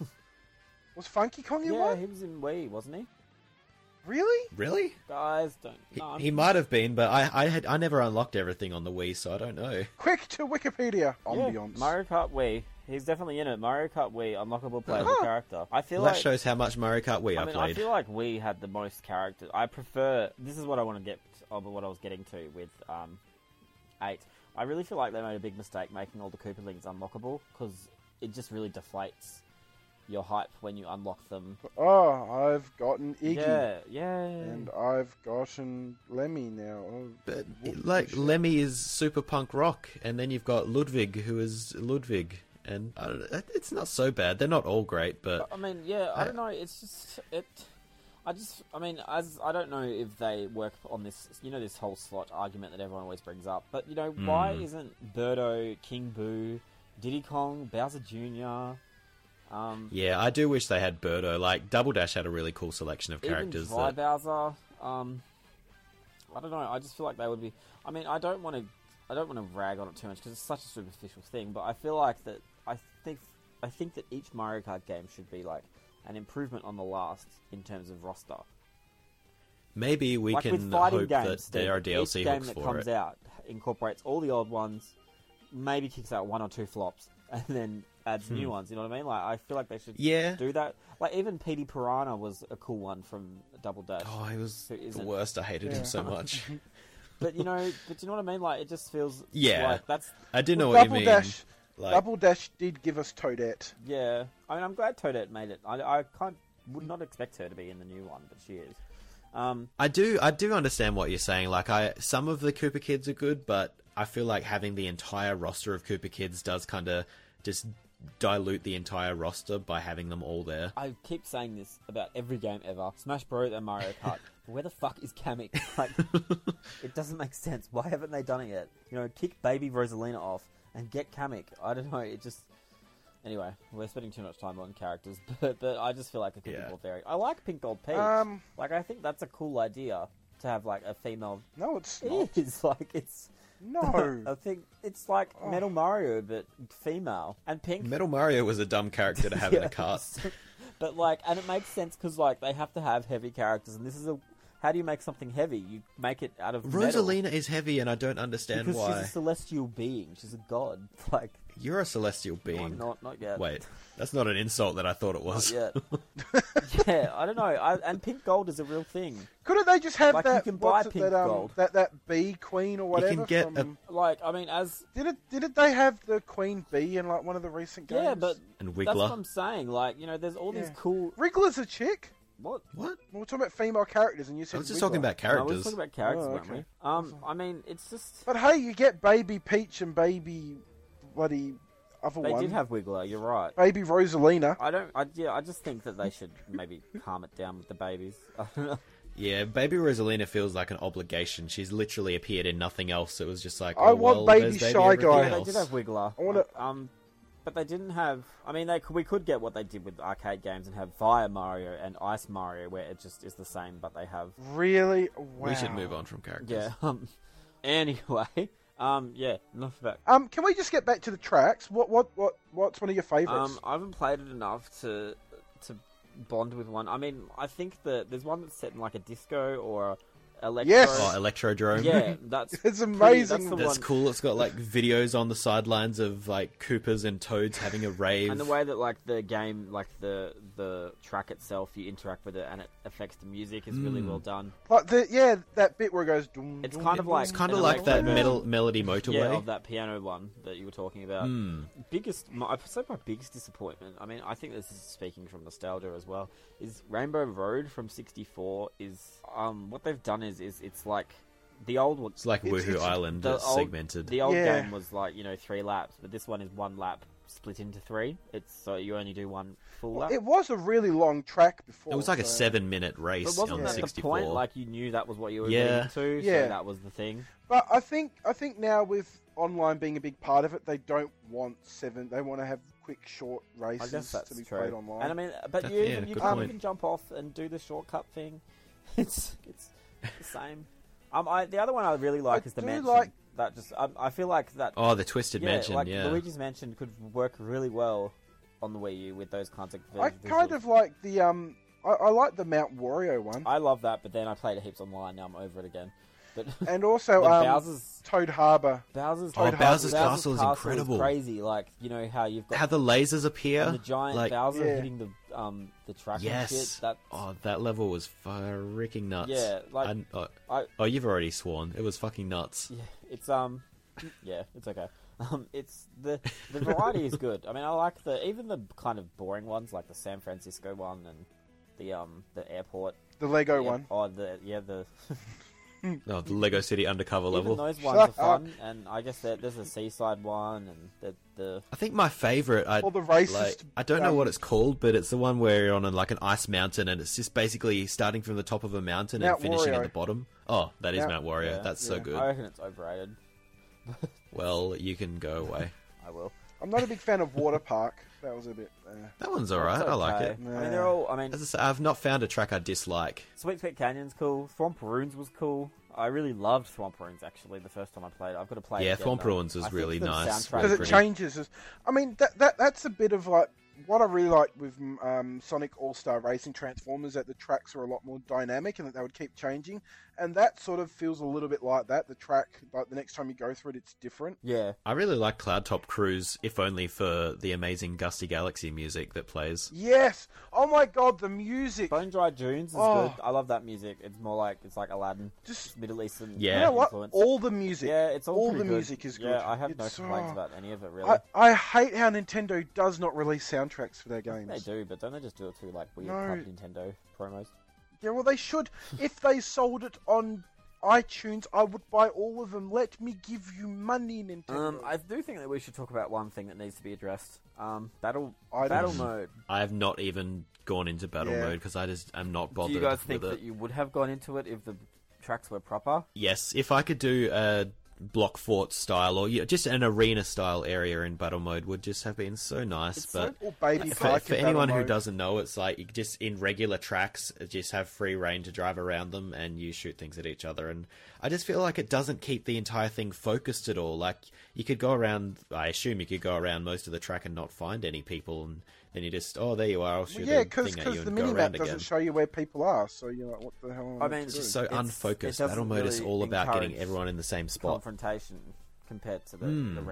S3: Was Funky Kong in
S1: yeah,
S3: one?
S1: he was in Wii, wasn't he?
S3: Really?
S2: Really?
S1: Guys, don't.
S2: He,
S1: no, I'm-
S2: he might have been, but I, I had I never unlocked everything on the Wii, so I don't know.
S3: Quick to Wikipedia.
S1: yeah,
S3: Ambiance.
S1: Mario Kart Wii. He's definitely in it. Mario Kart Wii, unlockable playable
S3: Huh.
S1: character. I feel
S2: Well,
S1: like
S2: that shows how much Mario Kart Wii I,
S1: I mean, I
S2: played.
S1: feel like we had the most characters. I prefer. This is what I want to get. Oh, but what I was getting to with um, eight. I really feel like they made a big mistake making all the Koopalings unlockable because it just really deflates your hype when you unlock them.
S3: Oh, I've gotten Iggy.
S1: Yeah, yeah.
S3: And I've gotten Lemmy now. Oh,
S2: But
S3: what
S2: like
S3: the shit?
S2: Lemmy is super punk rock, and then you've got Ludwig, who is Ludwig, and I don't, it- it's not so bad. They're not all great, but
S1: I mean, yeah. I don't know. It's just it. I just, I mean, as I don't know if they work on this, you know, this whole slot argument that everyone always brings up. But you know, why isn't Birdo, King Boo, Diddy Kong, Bowser Jr., um,
S2: yeah, I do wish they had Birdo. Like Double Dash had a really cool selection of characters.
S1: even Dry
S2: that-
S1: Bowser? Um, I don't know. I just feel like they would be. I mean, I don't want to. I don't want to rag on it too much because it's such a superficial thing. But I feel like that. I think. I think that each Mario Kart game should be like an improvement on the last in terms of roster.
S2: Maybe we
S1: like
S2: can
S1: with fighting
S2: hope
S1: games,
S2: that
S1: Steve,
S2: there are DLC
S1: each game
S2: hooks
S1: that
S2: for
S1: comes
S2: it.
S1: out incorporates all the old ones, maybe kicks out one or two flops, and then adds new ones. You know what I mean? Like I feel like they should
S2: Hmm. Yeah.
S1: do that. Like even Petey Piranha was a cool one from Double Dash.
S2: Oh, he was
S1: Who
S2: the
S1: isn't?
S2: worst. I hated
S3: Yeah.
S2: him so much.
S1: But you know, but you know what I mean? Like it just feels
S2: Yeah.
S1: Like that's
S2: I do know
S3: Well,
S2: what
S3: Double
S2: you mean.
S3: Dash,
S2: like,
S3: Double Dash did give us Toadette.
S1: yeah. I mean, I'm glad Toadette made it. I I can't would not expect her to be in the new one, but she is. Um,
S2: I do, I do understand what you're saying. Like, I some of the Cooper kids are good, but I feel like having the entire roster of Cooper kids does kind of just dilute the entire roster by having them all there.
S1: I keep saying this about every game ever: Smash Bros. and Mario Kart. But Where the fuck is Kamek? Like, it doesn't make sense. Why haven't they done it yet? You know, kick baby Rosalina off and get Kamek. I don't know. It just Anyway, we're spending too much time on characters, but but I just feel like it could
S2: Yeah.
S1: be more varied. I like Pink Gold Peach.
S3: Um,
S1: like I think that's a cool idea to have like a female.
S3: No, it's not.
S1: It is like it's I
S3: No.
S1: think it's like
S3: Oh.
S1: Metal Mario but female and Pink.
S2: Metal Mario was a dumb character to have in
S1: Yeah.
S2: a cart.
S1: but like, and it makes sense because like they have to have heavy characters, and this is a. How do you make something heavy? You make it out of metal.
S2: Rosalina is heavy, and I don't understand
S1: because
S2: why.
S1: she's a celestial being. She's a god. Like
S2: You're a celestial being.
S1: not not yet.
S2: Wait, that's not an insult that I thought it was.
S1: Yeah. yeah, I don't know. I, and pink gold is a real thing.
S3: Couldn't they just have
S1: Like, you
S3: that?
S1: can
S3: what's
S1: buy
S3: it,
S1: pink
S3: that, um,
S1: gold.
S3: that that bee queen or whatever.
S2: can get
S3: from,
S1: Like, I mean, as
S3: Didn't didn't they have the queen bee in like one of the recent games?
S1: yeah, but
S2: And
S1: that's what
S2: Wiggler.
S1: I'm saying. Like, you know, there's all these
S3: Yeah.
S1: cool
S3: Wriggler's a chick.
S1: what.
S2: What?
S3: We're talking about female characters, and you
S2: I
S3: said
S2: was just
S3: Wiggler.
S2: talking about
S1: No, we're
S2: characters.
S1: talking about characters,
S3: Oh,
S1: weren't
S3: okay.
S1: we? Um, I mean, it's just
S3: But hey, you get baby Peach and baby bloody other
S1: they
S3: one,
S1: did have Wiggler. You're right.
S3: baby Rosalina.
S1: I don't. I, yeah, I just think that they should maybe calm it down with the babies. I don't know.
S2: Yeah, Baby Rosalina feels like an obligation. She's literally appeared in nothing else. It was just like,
S3: I
S2: oh,
S3: want
S2: well,
S3: Baby
S2: there's
S3: Shy
S2: everything
S3: Guy.
S1: Yeah, they
S2: else.
S1: did have Wiggler.
S3: I wanna-
S1: Um, but they didn't have. I mean, they could, we could get what they did with arcade games and have Fire Mario and Ice Mario, where it just is the same, but they have
S3: Really? Wow.
S2: We should move on from characters.
S1: Yeah. Um. Anyway. Um. Yeah. Enough about.
S3: Um, can we just get back to the tracks? What what what what's one of your favorites?
S1: Um. I haven't played it enough to to bond with one. I mean, I think that there's one that's set in like a disco or electro.
S3: Yes!
S2: Oh, Electrodrome.
S1: yeah. That's
S3: it's
S1: pretty- that's
S3: amazing.
S1: the
S2: That's
S1: one.
S2: cool. It's got like videos on the sidelines of like Coopers and Toads having a rave.
S1: And the way that like the game, like the the track itself, you interact with it and it affects the music is
S2: Hmm.
S1: really well done.
S3: Like the yeah, that bit where it goes. dum,
S1: It's
S3: dum,
S1: kind of
S3: dum,
S1: like
S2: it's kind of
S1: an
S2: like that
S1: electro-
S2: metal melody motorway.
S1: Yeah, of that piano one that you were talking about.
S2: Hmm.
S1: Biggest, my, I'd say my biggest disappointment. I mean, I think this is speaking from nostalgia as well. Is Rainbow Road from '64? Is um what they've done is is it's like the old one.
S2: It's like
S3: It's-
S2: Woohoo
S3: it's-
S2: Island
S1: the
S2: that's
S1: old-
S2: segmented.
S1: The old
S3: Yeah.
S1: game was like you know three laps, but this one is one lap split into three. It's so you only do one full
S3: Well,
S1: lap.
S3: It was a really long track before.
S2: It was like a
S3: so-
S2: seven minute
S1: but
S2: race
S1: wasn't
S2: on
S1: that
S2: 64.
S1: the point? Like you knew that was what you were
S2: Yeah.
S1: leading to,
S3: Yeah.
S1: so that was the thing.
S3: But I think I think now with online being a big part of it, they don't want seven. They want to have quick, short
S1: I
S3: races
S1: guess that's
S3: to be
S1: true.
S3: played online.
S1: And I mean, but
S2: That-
S1: you
S2: yeah,
S1: even, you
S2: good
S1: can't
S2: point.
S1: even jump off and do the shortcut thing. It's it's the same. Um, I the other one I really like
S3: I
S1: is the
S3: do
S1: mansion.
S3: like-
S1: That just um, I feel like that.
S2: oh, the Twisted
S1: yeah,
S2: Mansion,
S1: like
S2: yeah.
S1: Luigi's Mansion could work really well on the Wii U with those kinds of.
S3: I
S1: visuals.
S3: kind of like the um. I, I like the Mount Wario one,
S1: I love that, but then I played it heaps online. Now I'm over it again. But
S3: and
S1: the
S3: also um,
S1: Bowser's
S3: Toad Harbor.
S1: Bowser's,
S2: Oh, Bowser's Castle is incredible.
S1: Crazy, like you know how you've got
S2: How the lasers appear.
S1: and the giant
S2: like,
S1: Bowser
S3: Yeah.
S1: hitting the um the track
S2: Yes.
S1: and shit. That
S2: Oh, that level was freaking nuts.
S1: Yeah, like-
S2: I- oh,
S1: I-
S2: oh, you've already sworn. It was fucking nuts.
S1: Yeah, it's um, yeah, it's okay. Um, it's the the variety is good. I mean, I like the even the kind of boring ones like the San Francisco one and the um the airport
S3: The Lego
S1: yeah,
S3: one.
S1: Oh, the yeah the
S2: Oh, the Lego City undercover
S1: even
S2: level.
S1: those
S3: Shut
S1: ones are
S3: up.
S1: fun. And I guess there, there's a seaside one and the the
S2: I think my favorite. I
S3: Or the racist.
S2: like. I don't know
S3: um,
S2: what it's called, but it's the one where you're on a, like an ice mountain, and it's just basically starting from the top of a mountain
S3: Mount
S2: and finishing
S3: Wario.
S2: at the bottom. Oh, that is
S3: Yeah.
S2: Mount Warrior.
S1: Yeah.
S2: That's so
S3: Yeah.
S2: good.
S1: I reckon it's overrated.
S2: Well, you can go away.
S1: I will.
S3: I'm not a big fan of Water Park. That was a bit. Uh,
S2: That one's alright. I like it.
S1: Okay. I mean, they're all. I mean,
S2: As I say, I've not found a track I dislike.
S1: Sweet Pet Canyon's cool. Swamp Ruins was cool. I really loved Swamp Ruins actually. The first time I played, it. I've got to play. it
S2: Yeah,
S1: again,
S2: Swamp
S1: though.
S2: Ruins was
S1: I think
S2: really
S1: the
S2: nice.
S1: soundtrack
S3: because it
S2: Pretty.
S3: changes. Is- I mean, that, that that's a bit of like what I really like with um, Sonic All Star Racing Transformers that the tracks are a lot more dynamic and that they would keep changing, and that sort of feels a little bit like that. The track, like the next time you go through it, it's different.
S1: Yeah,
S2: I really like Cloud Top Cruise, if only for the amazing Gusty Galaxy music that plays.
S3: Yes. Oh my God, the music.
S1: Bone Dry Dunes is
S3: Oh.
S1: good. I love that music. It's more like it's like Aladdin,
S3: Just
S1: Middle Eastern
S2: Yeah.
S3: you know what?
S1: influence.
S3: All the music.
S1: yeah, it's all,
S3: all
S1: pretty
S3: the
S1: good.
S3: music is good.
S1: Yeah, I have no
S3: It's,
S1: complaints
S3: uh,
S1: about any of it really.
S3: I, I hate how Nintendo does not release soundtracks for their games.
S1: they do, but don't they just do it through like weird
S3: No.
S1: Club Nintendo promos?
S3: Yeah, well, they should. if they sold it on iTunes, I would buy all of them. Let me give you money, Nintendo.
S1: Um, I do think that we should talk about one thing that needs to be addressed. Um, battle
S3: I don't-
S1: battle mode.
S2: I have not even gone into battle
S3: Yeah.
S2: mode because I just am not
S1: Do
S2: bothered
S1: you guys think
S2: with it.
S1: that you would have gone into it if the tracks were proper?
S2: Yes, if I could do a block fort style or you know, just an arena style area in battle mode would just have been so nice.
S1: It's so
S2: but
S3: Or baby
S1: That's
S2: for,
S3: Pike
S2: for
S3: in battle
S2: anyone who
S3: mode.
S2: doesn't know, it's like you just in regular tracks, uh, just have free reign to drive around them, and you shoot things at each other. And I just feel like it doesn't keep the entire thing focused at all. Like you could go around, I assume you could go around most of the track and not find any people, and then you just oh there you are, I'll
S3: Well,
S2: shoot
S3: yeah,
S2: the
S3: because
S2: thing at you
S3: the
S2: and go
S3: mini
S2: around
S3: map doesn't
S2: again.
S3: show you where people are, so you're like, what the hell? am
S1: I
S3: I
S1: mean,
S3: to
S1: it's
S2: It's
S3: do?
S2: just so
S1: It's-
S2: unfocused.
S1: it doesn't
S2: Battle mode is
S1: really
S2: all about getting
S1: encourage
S2: everyone in the same spot.
S1: confrontation compared to the arenas.
S2: Hmm.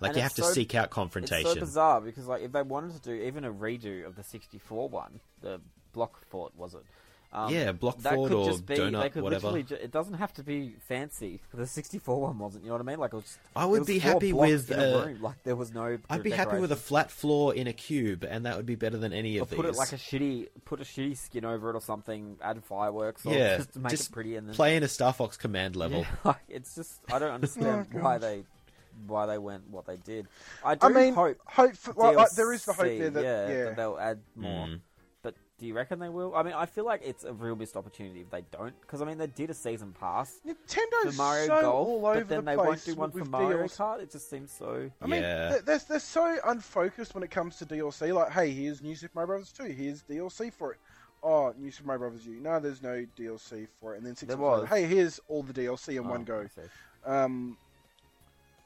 S2: Like
S1: And
S2: you
S1: it's
S2: have to
S1: so-
S2: seek out
S1: It's
S2: confrontation.
S1: so bizarre because like if they wanted to do even a redo of the '64 one, the Block Fort was it? Um,
S2: Yeah, Block Fort or Donut,
S1: they could
S2: whatever.
S1: literally ju- it doesn't have to be fancy. The '64 one wasn't. You know what I mean? Like it was just,
S2: I
S1: it
S2: would
S1: was
S2: be
S1: four
S2: happy
S1: blocks
S2: with,
S1: in a
S2: uh,
S1: room. like there was no.
S2: I'd be happy with a
S1: decoration.
S2: flat floor in a cube, and that would be better than any
S1: Or
S2: of
S1: put
S2: these.
S1: it like a shitty, put a shitty skin over it or something. Add fireworks, or
S2: yeah,
S1: just to make it pretty, and then
S2: play in a Star Fox command level.
S1: Yeah, like, it's just I don't understand
S3: Oh,
S1: why
S3: gosh.
S1: they why they went what they did. I do
S3: I mean,
S1: hope
S3: hope for, well, like,
S1: DLC,
S3: there is the hope there that
S1: yeah,
S3: yeah,
S1: that they'll add more.
S2: Mm.
S1: But do you reckon they will? I mean, I feel like it's a real missed opportunity if they don't, because I mean they did a season pass for
S3: Nintendo's
S1: Mario
S3: so
S1: Golf,
S3: all over
S1: but then
S3: the
S1: they
S3: place
S1: won't do one
S3: with
S1: for Mario
S3: DLC.
S1: Kart. It just seems so.
S3: I mean,
S2: Yeah.
S3: th- they're, they're so unfocused when it comes to DLC. Like, hey, here's New Super Mario Brothers 2. Here's DLC for it. Oh, New Super Mario Brothers U. No, there's no DLC for it. And then six
S1: There
S3: months later,
S1: was.
S3: hey, here's all the DLC in
S1: oh,
S3: one go.
S1: I see.
S3: Um,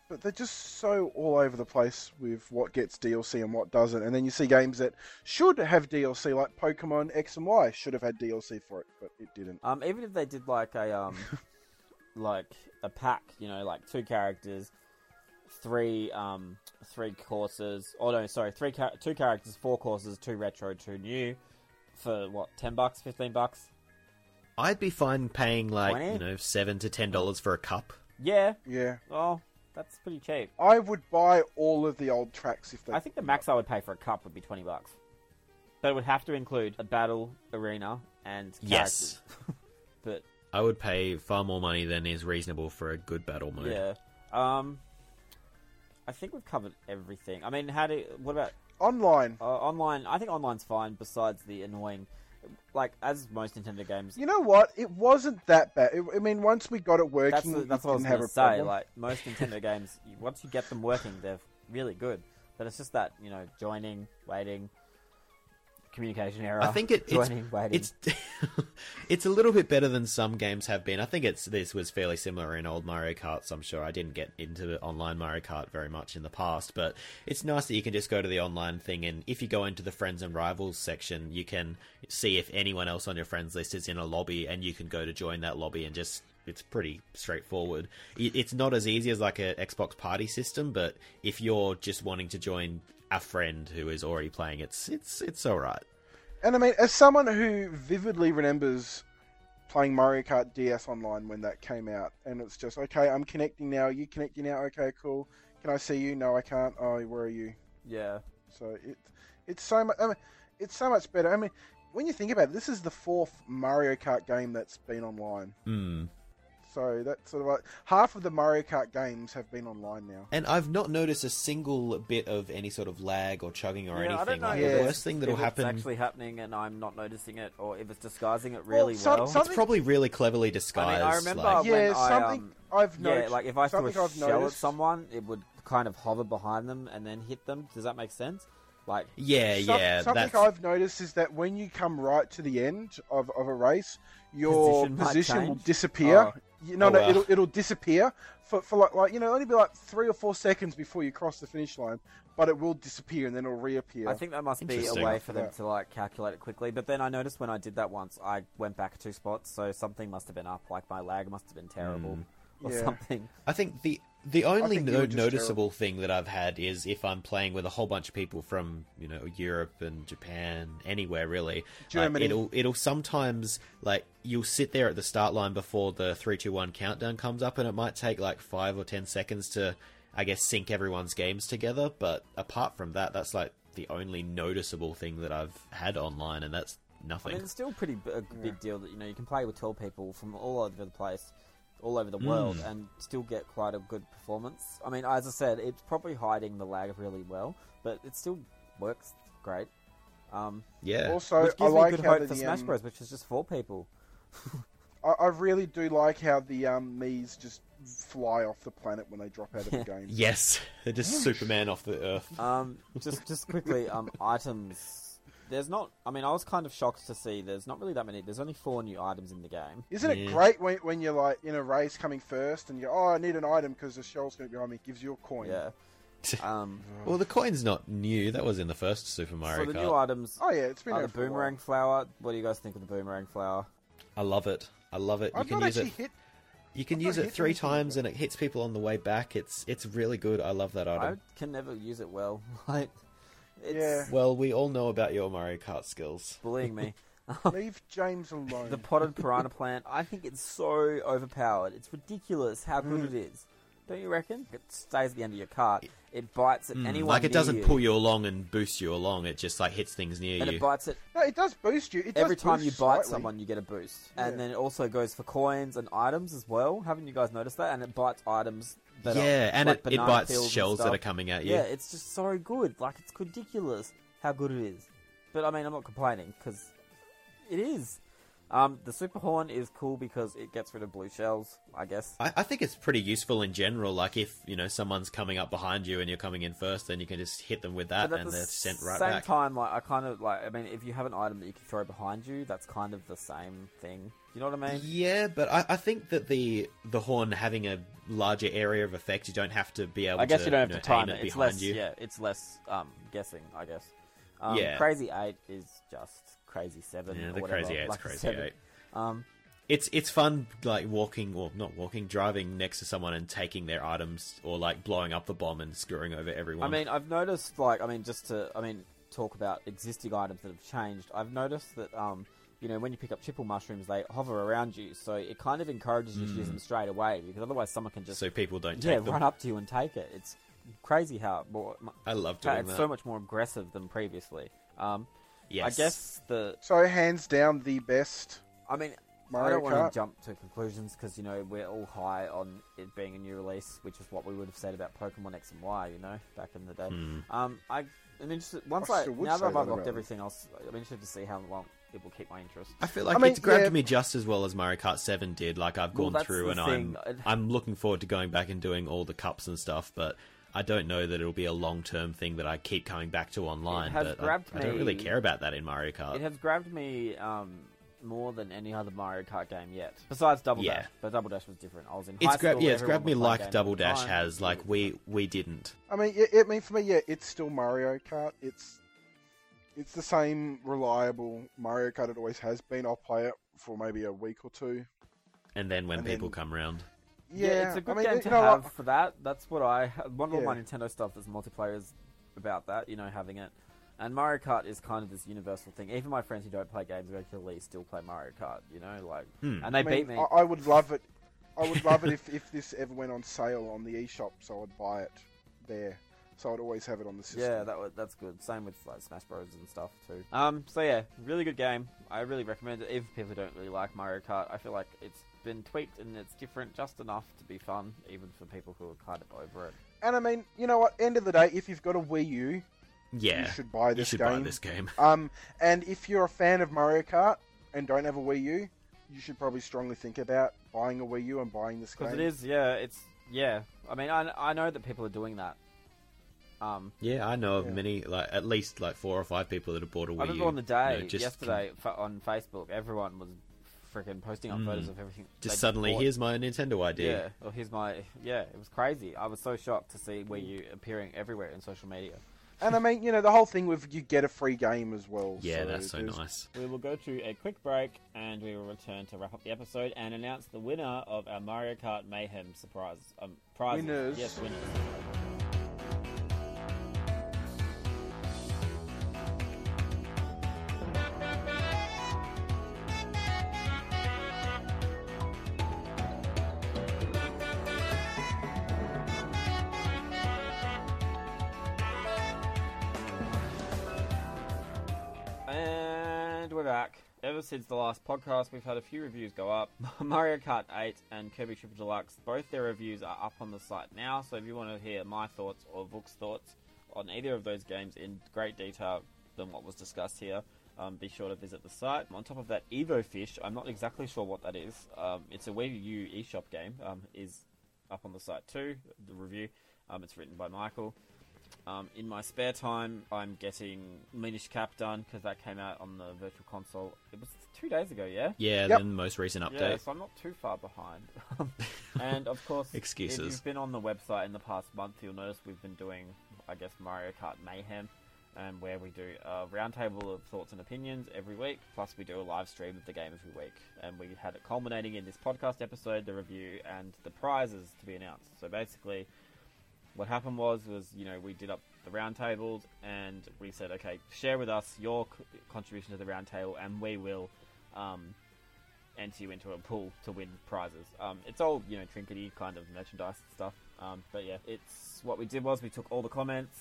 S3: but they're just so all over the place with what gets DLC and what doesn't. And then you see games that should have DLC, like Pokemon X and Y, should have had DLC for it, but it didn't.
S1: Um, even if they did like a um, like a pack, you know, like two characters, three um, three courses. Oh no, sorry, three char- two characters, four courses, two retro, two new, for what ten bucks, fifteen bucks.
S2: I'd be fine paying like
S1: Twenty?
S2: you know seven to ten dollars for a cup.
S1: Yeah,
S3: Yeah.
S1: well, that's pretty cheap.
S3: I would buy all of the old tracks if they.
S1: I think the max I would pay for a cup would be twenty bucks, but it would have to include a battle arena and characters.
S2: Yes,
S1: But
S2: I would pay far more money than is reasonable for a good battle mode.
S1: yeah, um, I think we've covered everything. I mean, how do? What about
S3: Online.
S1: Uh, online, I think online's fine. Besides the annoying, like as most Nintendo games,
S3: You know what? It wasn't that bad. It, I mean, once we got it
S1: that's
S3: working,
S1: the, that's
S3: it
S1: what I was
S3: didn't
S1: going
S3: have
S1: to
S3: a
S1: say.
S3: problem.
S1: Like most Nintendo games, you- once you get them working, they're really good. But it's just that you know, joining, waiting, communication error.
S2: I think it, it's
S1: joining, waiting.
S2: it's it's a little bit better than some games have been. I think it's this was fairly similar in old Mario Karts. I'm sure I didn't get into the online Mario Kart very much in the past, but it's nice that you can just go to the online thing and if you go into the friends and rivals section, you can see if anyone else on your friends list is in a lobby, and you can go to join that lobby and just. It's pretty straightforward. It- It's not as easy as like a Xbox party system, but if you're just wanting to join a friend who is already playing, it's it's it's all right.
S3: And I mean, as someone who vividly remembers playing Mario Kart DS online when that came out, and it's just okay, I'm connecting now. You connecting now? Okay, cool. Can I see you? No, I can't. Oh, where are you?
S1: yeah,
S3: So it it's so much. I mean, it's so much better. I mean, when you think about it, this is the fourth Mario Kart game that's been online.
S2: Mm.
S3: So that's sort of like half of the Mario Kart games have been online now.
S2: And I've not noticed a single bit of any sort of lag or chugging or
S1: yeah,
S2: anything.
S1: I don't know.
S2: like,
S1: if
S2: The
S3: Yeah.
S1: it's-
S2: worst thing that'll
S1: if
S2: happen.
S1: It's actually happening, and I'm not noticing it, or if it's disguising it really well.
S3: some- some-
S2: It's probably really cleverly disguised.
S1: remember-
S2: like-
S1: when
S3: yeah,
S1: I,
S3: something
S1: um,
S3: I've
S1: Yeah,
S3: noticed.
S1: like if I threw a
S3: something I've
S1: shell
S3: noticed.
S1: at someone, it would kind of hover behind them and then hit them. Does that make sense? Like,
S2: yeah,
S3: Some-
S2: yeah.
S3: something
S2: That's,
S3: I've noticed is that when you come right to the end of, of a race, your
S1: Position might
S3: position, will
S1: change.
S3: disappear.
S1: Oh.
S3: You, no,
S2: Oh,
S3: no,
S2: wow.
S3: it'll it'll disappear for, for like like you know only be like three or four seconds before you cross the finish line, but it will disappear and then it'll reappear.
S1: I think that must be a
S2: Interesting.
S1: way for them
S3: Yeah.
S1: to like calculate it quickly. But then I noticed when I did that once, I went back two spots, so something must have been up. Like my lag must have been terrible or
S3: Yeah.
S1: something.
S2: I think the the only
S3: think you
S2: no-
S3: were just
S2: noticeable thing that I've had is if I'm playing with a whole bunch of people from you know Europe and Japan, anywhere really.
S3: Germany.
S2: Like, it'll it'll sometimes like you'll sit there at the start line before the three two one countdown comes up, and it might take like five or ten seconds to I guess sync everyone's games together. But apart from that, that's like the only noticeable thing that I've had online, and that's
S1: I
S2: nothing.
S1: mean, it's still pretty b- a big deal that you know you can play with twelve people from all over the place, all over the world, and still get quite a good performance. I mean, as I said, it's probably hiding the lag really well, but it still works great. Um,
S2: yeah.
S3: also,
S1: which
S3: I
S1: gives me
S3: like
S1: good
S3: how
S1: hope
S3: the
S1: for Smash
S3: um,
S1: Bros, which is just four people.
S3: I, I really do like how the um, Mii's just fly off the planet when they drop out of the game.
S2: Yes, they're just Superman off the earth.
S1: Um, just just quickly, um, items. There's not. I mean, I was kind of shocked to see there's not really that many. There's only four new items in the game.
S3: Isn't it
S2: Yeah.
S3: great when, when you're like in a race coming first and you go, oh, I need an item because the shell's going to be on me. It gives you a coin.
S1: Yeah. Um,
S2: Well, the coin's not new. That was in the first Super
S1: so
S2: Mario
S1: the
S2: Kart.
S1: new items
S3: Oh yeah, it's been
S1: are the
S3: out for a while.
S1: boomerang flower. What do you guys think of the boomerang flower?
S2: I love it. I love it. You
S3: I've
S2: can
S3: not
S2: use
S3: actually
S2: it.
S3: hit.
S2: You can
S3: I've
S2: use
S3: not
S2: it
S3: hit
S2: three
S3: anything like
S2: times, and it hits people on the way back. It's it's really good. I love that
S1: I
S2: item.
S1: can never use it well. Like, it's
S3: Yeah.
S2: Well, we all know about your Mario Kart skills.
S1: bullying me.
S3: Leave James alone.
S1: the potted piranha plant. I think it's so overpowered. It's ridiculous how
S3: Hmm.
S1: good it is. Don't you reckon? It stays at the end of your cart. It bites at anyone.
S2: Hmm. like
S1: near
S2: it doesn't
S1: you,
S2: pull you along and boost you along. It just like hits things near
S1: And
S2: you.
S1: it bites at
S3: no, it does boost you. It does
S1: every time you
S3: boost
S1: bite
S3: slightly.
S1: someone, you get a boost.
S3: Yeah.
S1: And then it also goes for coins and items as well. Haven't you guys noticed that? And it bites items. That
S2: yeah,
S1: are,
S2: and
S1: like
S2: it, it
S1: banana peels
S2: bites
S1: and
S2: shells that
S1: stuff.
S2: are coming at you.
S1: Yeah, it's just so good. Like it's ridiculous how good it is. But I mean, I'm not complaining because it is. Um, the super horn is cool because it gets rid of blue shells. I guess.
S2: I, I think it's pretty useful in general. Like if you know someone's coming up behind you and you're coming in first, then you can just hit them with that,
S1: But at
S2: and
S1: the
S2: they're sent right
S1: same
S2: back.
S1: time, like I kind of like. I mean, if you have an item that you can throw behind you, that's kind of the same thing. You know what I mean?
S2: Yeah, but I, I think that the the horn having a larger area of effect, you don't have to be able.
S1: I guess
S2: to,
S1: you don't have
S2: know,
S1: to time
S2: aim
S1: it.
S2: it
S1: It's
S2: behind
S1: less.
S2: you.
S1: Yeah, it's less um, guessing. I guess. Um,
S2: Yeah.
S1: Crazy eight is just crazy seven.
S2: Yeah,
S1: or
S2: the
S1: whatever,
S2: crazy eight's
S1: like
S2: crazy
S1: seven.
S2: eight.
S1: Um,
S2: It's it's fun like walking or not walking, driving next to someone and taking their items, or like blowing up the bomb and screwing over
S1: I
S2: everyone.
S1: mean, I've noticed, like, I mean, just to, I mean, talk about existing items that have changed. I've noticed that, um, you know, when you pick up triple mushrooms, they hover around you, so it kind of encourages you to use them straight away because otherwise, someone can just
S2: Hmm. so people don't
S1: yeah
S2: take them.
S1: run up to you and take it. It's crazy how more,
S2: I love doing
S1: it's
S2: that.
S1: so much more aggressive than previously. Um,
S2: Yes.
S1: I guess the,
S3: So hands down the best.
S1: I mean. I
S3: Mario
S1: don't want
S3: Kart.
S1: to jump to conclusions because you know we're all high on it being a new release, which is what we would have said about Pokemon X and Y, you know, back in the day.
S2: Hmm.
S1: Um, I am interested. Once
S3: I
S1: I,
S3: still would
S1: now
S3: say
S1: that I've
S3: that
S1: unlocked
S3: about it.
S1: everything else, I'm interested to see how long it will keep my interest.
S2: I feel like
S3: I mean,
S2: it's grabbed
S3: yeah.
S2: me just as well as Mario Kart Seven did. Like I've
S1: Well,
S2: gone
S1: that's
S2: through
S1: the
S2: and
S1: thing.
S2: I'm I'm looking forward to going back and doing all the cups and stuff, but I don't know that it'll be a long term thing that I keep coming back to online.
S1: has
S2: but I-
S1: grabbed
S2: I, don't really
S1: me.
S2: care about that in Mario Kart.
S1: It has grabbed me um, more than any other Mario Kart game yet, besides Double
S2: Yeah.
S1: Dash. But Double Dash was different. I was in high
S2: it's grabbed
S1: school,
S2: yeah, it's
S1: everyone
S2: grabbed me
S1: would play
S2: like
S1: games
S2: Double
S1: all the
S2: Dash
S1: time.
S2: has. Like we we didn't.
S3: I mean, it, it mean for me, yeah, it's still Mario Kart. It's it's the same reliable Mario Kart it always has been. I'll play it for maybe a week or two.
S2: And then when
S3: And
S2: people
S3: then-
S2: come round,
S1: Yeah,
S3: Yeah,
S1: it's a good
S3: I mean,
S1: game
S3: you
S1: to
S3: know what?
S1: have for that. That's what I. One of my
S3: Yeah.
S1: Nintendo stuff is multiplayer is about that, you know, having it. And Mario Kart is kind of this universal thing. Even my friends who don't play games regularly still play Mario Kart, you know, like, and they
S3: I
S1: beat
S3: mean,
S1: me.
S3: I, I would love it. I would love it if, if this ever went on sale on the eShop, so I'd buy it there. So I'd always have it on the system.
S1: yeah, that was, that's good. Same with like Smash Bros and stuff too. Um, so yeah, really good game. I really recommend it. Even people who don't really like Mario Kart, I feel like it's been tweaked and it's different just enough to be fun, even for people who are kind of over it.
S3: And I mean, you know what? End of the day, if you've got a Wii U,
S2: yeah,
S3: you should buy
S2: you
S3: this
S2: should
S3: game.
S2: buy this game.
S3: Um, and if you're a fan of Mario Kart and don't have a Wii U, you should probably strongly think about buying a Wii U and buying this game.
S1: Because it is, yeah, it's yeah. I mean, I, I know that people are doing that. Um,
S2: Yeah, I know of
S3: Yeah.
S2: many, like at least like four or five people that have bought a Wii
S1: I remember
S2: U,
S1: on the
S2: you
S1: day
S2: know, just
S1: yesterday fa on Facebook, everyone was freaking posting up photos of everything.
S2: Hmm. Just
S1: they'd
S2: suddenly,
S1: bought.
S2: here's my Nintendo idea.
S1: yeah. Well, here's my yeah. It was crazy. I was so shocked to see Wii U appearing everywhere in social media.
S3: And I mean, you know, the whole thing with you get a free game as well.
S2: Yeah,
S3: so
S2: that's so
S3: there's-
S2: nice.
S1: We will go to a quick break and we will return to wrap up the episode and announce the winner of our Mario Kart Mayhem surprise um, prizes.
S3: Winners.
S1: Yes, winners. And we're back. Ever since the last podcast, we've had a few reviews go up. Mario Kart 8 and Kirby Triple Deluxe, both their reviews are up on the site now, so if you want to hear my thoughts or Vuk's thoughts on either of those games in great detail than what was discussed here, um, be sure to visit the site. On top of that, Evo Fish, I'm not exactly sure what that is. Um, it's a Wii U eShop game, um, is up on the site too, the review. Um, it's written by Michael. Um, in my spare time, I'm getting Minish Cap done because that came out on the Virtual Console. It was two days ago, yeah?
S2: Yeah,
S3: Yep.
S2: then the most recent update.
S1: Yeah, so I'm not too far behind. and of course, if
S2: Excuses.
S1: you've been on the website in the past month, you'll notice we've been doing, I guess, Mario Kart Mayhem, and where we do a roundtable of thoughts and opinions every week. Plus, we do a live stream of the game every week, and we had it culminating in this podcast episode, the review, and the prizes to be announced. So basically, what happened was was you know we did up the roundtables and we said okay share with us your c- contribution to the roundtable and we will um, enter you into a pool to win prizes um, it's all you know trinkety kind of merchandise and stuff um, but yeah it's what we did was we took all the comments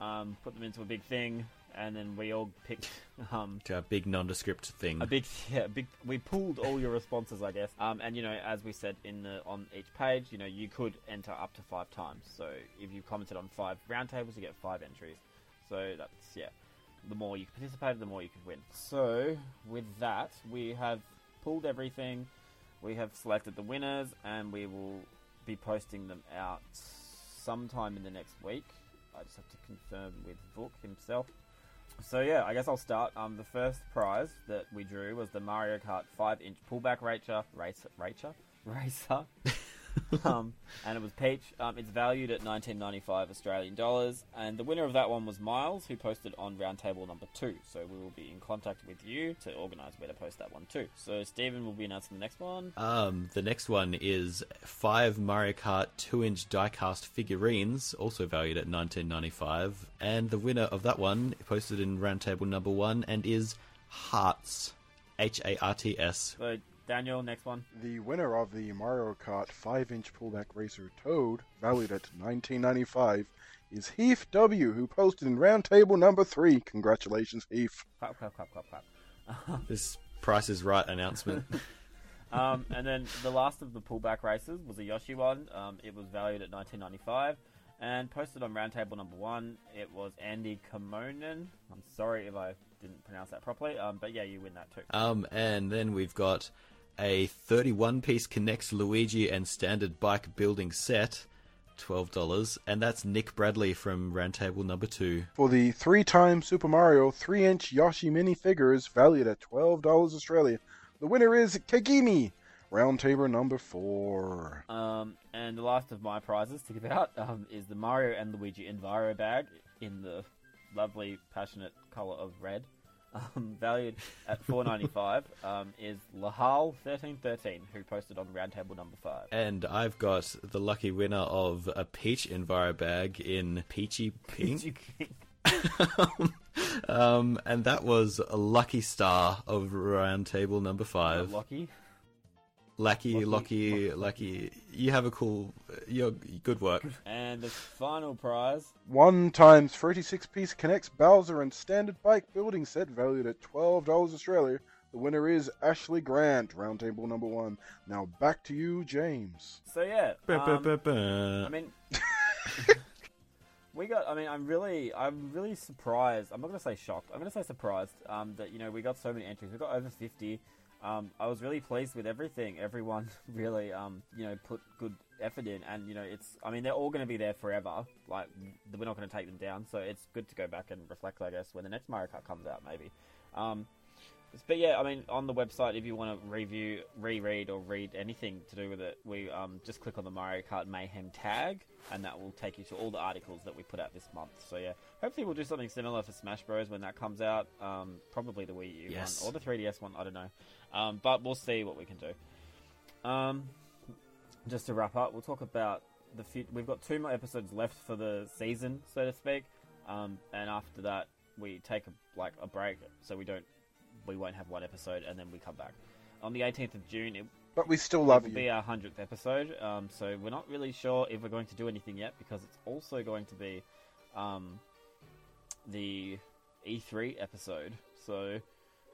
S1: um, put them into a big thing and then we all picked um,
S2: To a big nondescript thing.
S1: a big, yeah, a big. We pulled all your responses, I guess. Um, and you know, as we said in the on each page, you know, you could enter up to five times. So if you commented on five roundtables, you get five entries. So that's yeah. The more you participated, the more you could win. So with that, we have pulled everything. We have selected the winners, and we will be posting them out sometime in the next week. I just have to confirm with Vuk himself. So yeah, I guess I'll start. Um, the first prize that we drew was the Mario Kart five-inch pullback racer, racer, racer, racer. um, and it was Peach. Um, it's valued at 19.95 Australian dollars, and the winner of that one was Miles, who posted on roundtable number two. So we will be in contact with you to organise where to post that one too. So Stephen will be announcing the next one.
S2: Um, the next one is five Mario Kart two-inch diecast figurines, also valued at 19.95, and the winner of that one posted in roundtable number one and is Hearts, H A R T S.
S1: So Daniel, next one.
S3: The winner of the Mario Kart 5 inch pullback racer Toad, valued at 1995, is Heath W., who posted in roundtable number 3. Congratulations, Heath.
S1: Clap, clap, clap, clap, clap.
S2: This Price is Right announcement.
S1: um, and then the last of the pullback races was a Yoshi one. Um, it was valued at 19.95 and posted on roundtable number one. It was Andy Kamonen. I'm sorry if I didn't pronounce that properly, um, but yeah, you win that too.
S2: um, and then we've got a 31-piece Connects Luigi and standard bike building set, twelve dollars, and that's Nick Bradley from roundtable number two.
S3: For the three time Super Mario 3 inch Yoshi minifigures, valued at $12 Australia, the winner is Kagimi, roundtable number 4.
S1: Um, and the last of my prizes to give out um, is the Mario and Luigi Enviro bag in the lovely, passionate color of red. Um, valued at 4.95 um, is Lahal 1313, who posted on roundtable number five.
S2: And I've got the lucky winner of a peach enviro bag in peachy pink. um, and that was a lucky star of round table number five.
S1: Lucky.
S2: Lucky,
S1: lucky-
S2: lucky, lucky. You have a cool. You're good work.
S1: And the final prize.
S3: One times 36 piece connects Bowser and standard bike building set valued at $12 Australia. The winner is Ashley Grant, roundtable number one. Now back to you, James.
S1: So yeah,
S2: Ba, ba,
S1: um,
S2: ba, ba.
S1: I mean, we got. I mean, I'm really, I'm really surprised. I'm not gonna say shocked. I'm gonna say surprised um, that you know we got so many entries. We got over fifty. Um, I was really pleased with everything. Everyone really, um, you know, put good effort in, and you know, it's. I mean, they're all gonna be there forever. Like we're not gonna take them down. So it's good to go back and reflect. I guess when the next Mario Kart comes out, maybe. Um, But yeah, I mean, on the website, if you want to review, reread, or read anything to do with it, we um, just click on the Mario Kart Mayhem tag, and that will take you to all the articles that we put out this month. So yeah, hopefully we'll do something similar for Smash Bros. when that comes out. Um, probably the Wii U
S2: Yes.
S1: one or the 3DS one. I don't know, um, but we'll see what we can do. Um, just to wrap up, we'll talk about the few. We've got two more episodes left for the season, so to speak, um, and after that we take a, like a break, so we don't, we won't have one episode, and then we come back on the 18th of June. It
S3: But we still
S1: it
S3: love
S1: will
S3: you.
S1: be our 100th episode, um, so we're not really sure if we're going to do anything yet because it's also going to be um, the E3 episode. So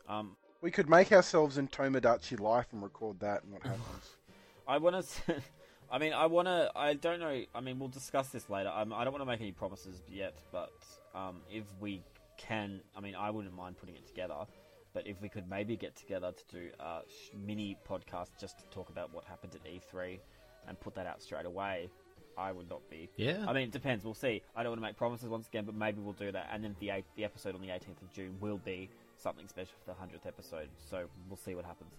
S1: um,
S3: We could make ourselves in Tomodachi Life and record that and what happens.
S1: I want to. I mean, I want to. I don't know. I mean, we'll discuss this later. I'm, I don't want to make any promises yet, but um, if we can, I mean, I wouldn't mind putting it together, but if we could maybe get together to do a sh- mini podcast just to talk about what happened at E3 and put that out straight away, I would not be.
S2: Yeah.
S1: I mean, it depends. We'll see. I don't want to make promises once again, but maybe we'll do that. And then the eight, the episode on the 18th of June will be something special for the 100th episode. So we'll see what happens.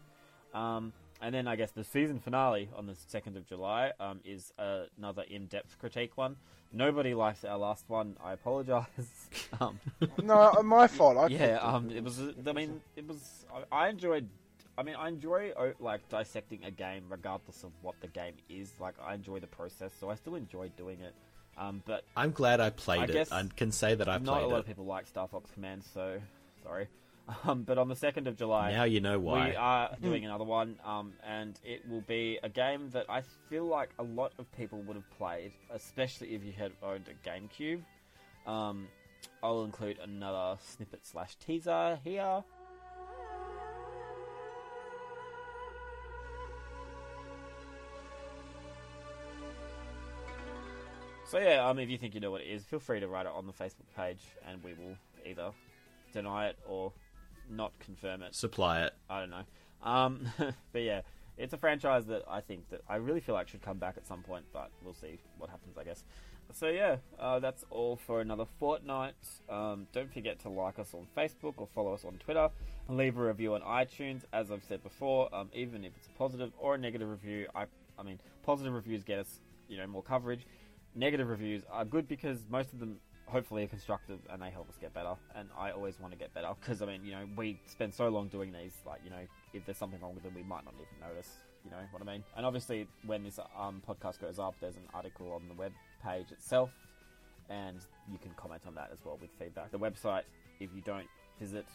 S1: Um, and then I guess the season finale on the 2nd of July um, is uh, another in depth critique one. Nobody liked our last one. I apologise. um,
S3: No, uh, my fault. I
S1: yeah,
S3: picked it.
S1: um, it was. I mean, it was. I, I enjoyed. I mean, I enjoy oh, like dissecting a game, regardless of what the game is. Like, I enjoy the process, so I still enjoy doing it. Um, but
S2: I'm glad I
S1: I
S2: played it.
S1: guess
S2: I can say that I
S1: not a
S2: played
S1: lot
S2: it.
S1: of people like Star Fox Command, so sorry. Um, but on the second of July,
S2: Now you know why.
S1: we are doing another one, um, and it will be a game that I feel like a lot of people would have played, especially if you had owned a GameCube. Um, I'll include another snippet slash teaser here. So yeah, um, if you think you know what it is, feel free to write it on the Facebook page, and we will either deny it or not confirm it.
S2: Supply it.
S1: I don't know. Um, but yeah, it's a franchise that I think that I really feel like should come back at some point, but we'll see what happens, I guess. So yeah, uh, that's all for another fortnight. Um, don't forget to like us on Facebook or follow us on Twitter. Leave a review on iTunes, as I've said before. Um, even if it's a positive or a negative review, I, I mean, positive reviews get us, you know, more coverage. Negative reviews are good because most of them hopefully are constructive and they help us get better. And I always want to get better because I mean, you know, we spend so long doing these. Like, you know, if there's something wrong with them, we might not even notice. You know what I mean? And obviously, when this um, podcast goes up, there's an article on the web page itself, and you can comment on that as well with feedback. The website, if you don't visit,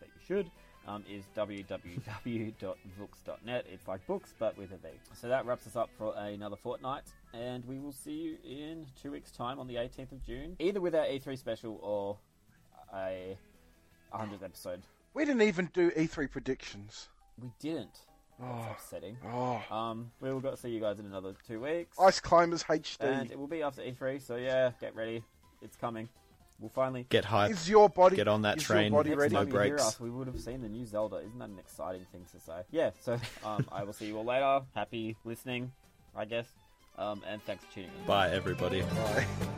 S1: that you should. Um, is www.vooks.net. It's like books, but with a V. So that wraps us up for another fortnight, and we will see you in two weeks' time on the 18th of June, either with our E3 special or a 100th episode.
S3: We didn't even do E3 predictions.
S1: We didn't. That's upsetting.
S3: Oh,
S1: Um, we will go see you guys in another two weeks,
S3: Ice Climbers HD.
S1: and it will be after E3. So yeah, get ready. It's coming. We'll finally.
S2: Get hyped.
S3: Is your body?
S2: Get on that
S3: is
S2: train.
S3: Your body
S1: Next
S3: ready?
S2: No
S1: time you hear
S2: breaks.
S1: us, we would have seen the new Zelda. Isn't that an exciting thing to say? Yeah, so um, I will see you all later. Happy listening, I guess. Um, and thanks for tuning in.
S2: Bye, everybody.
S3: Bye.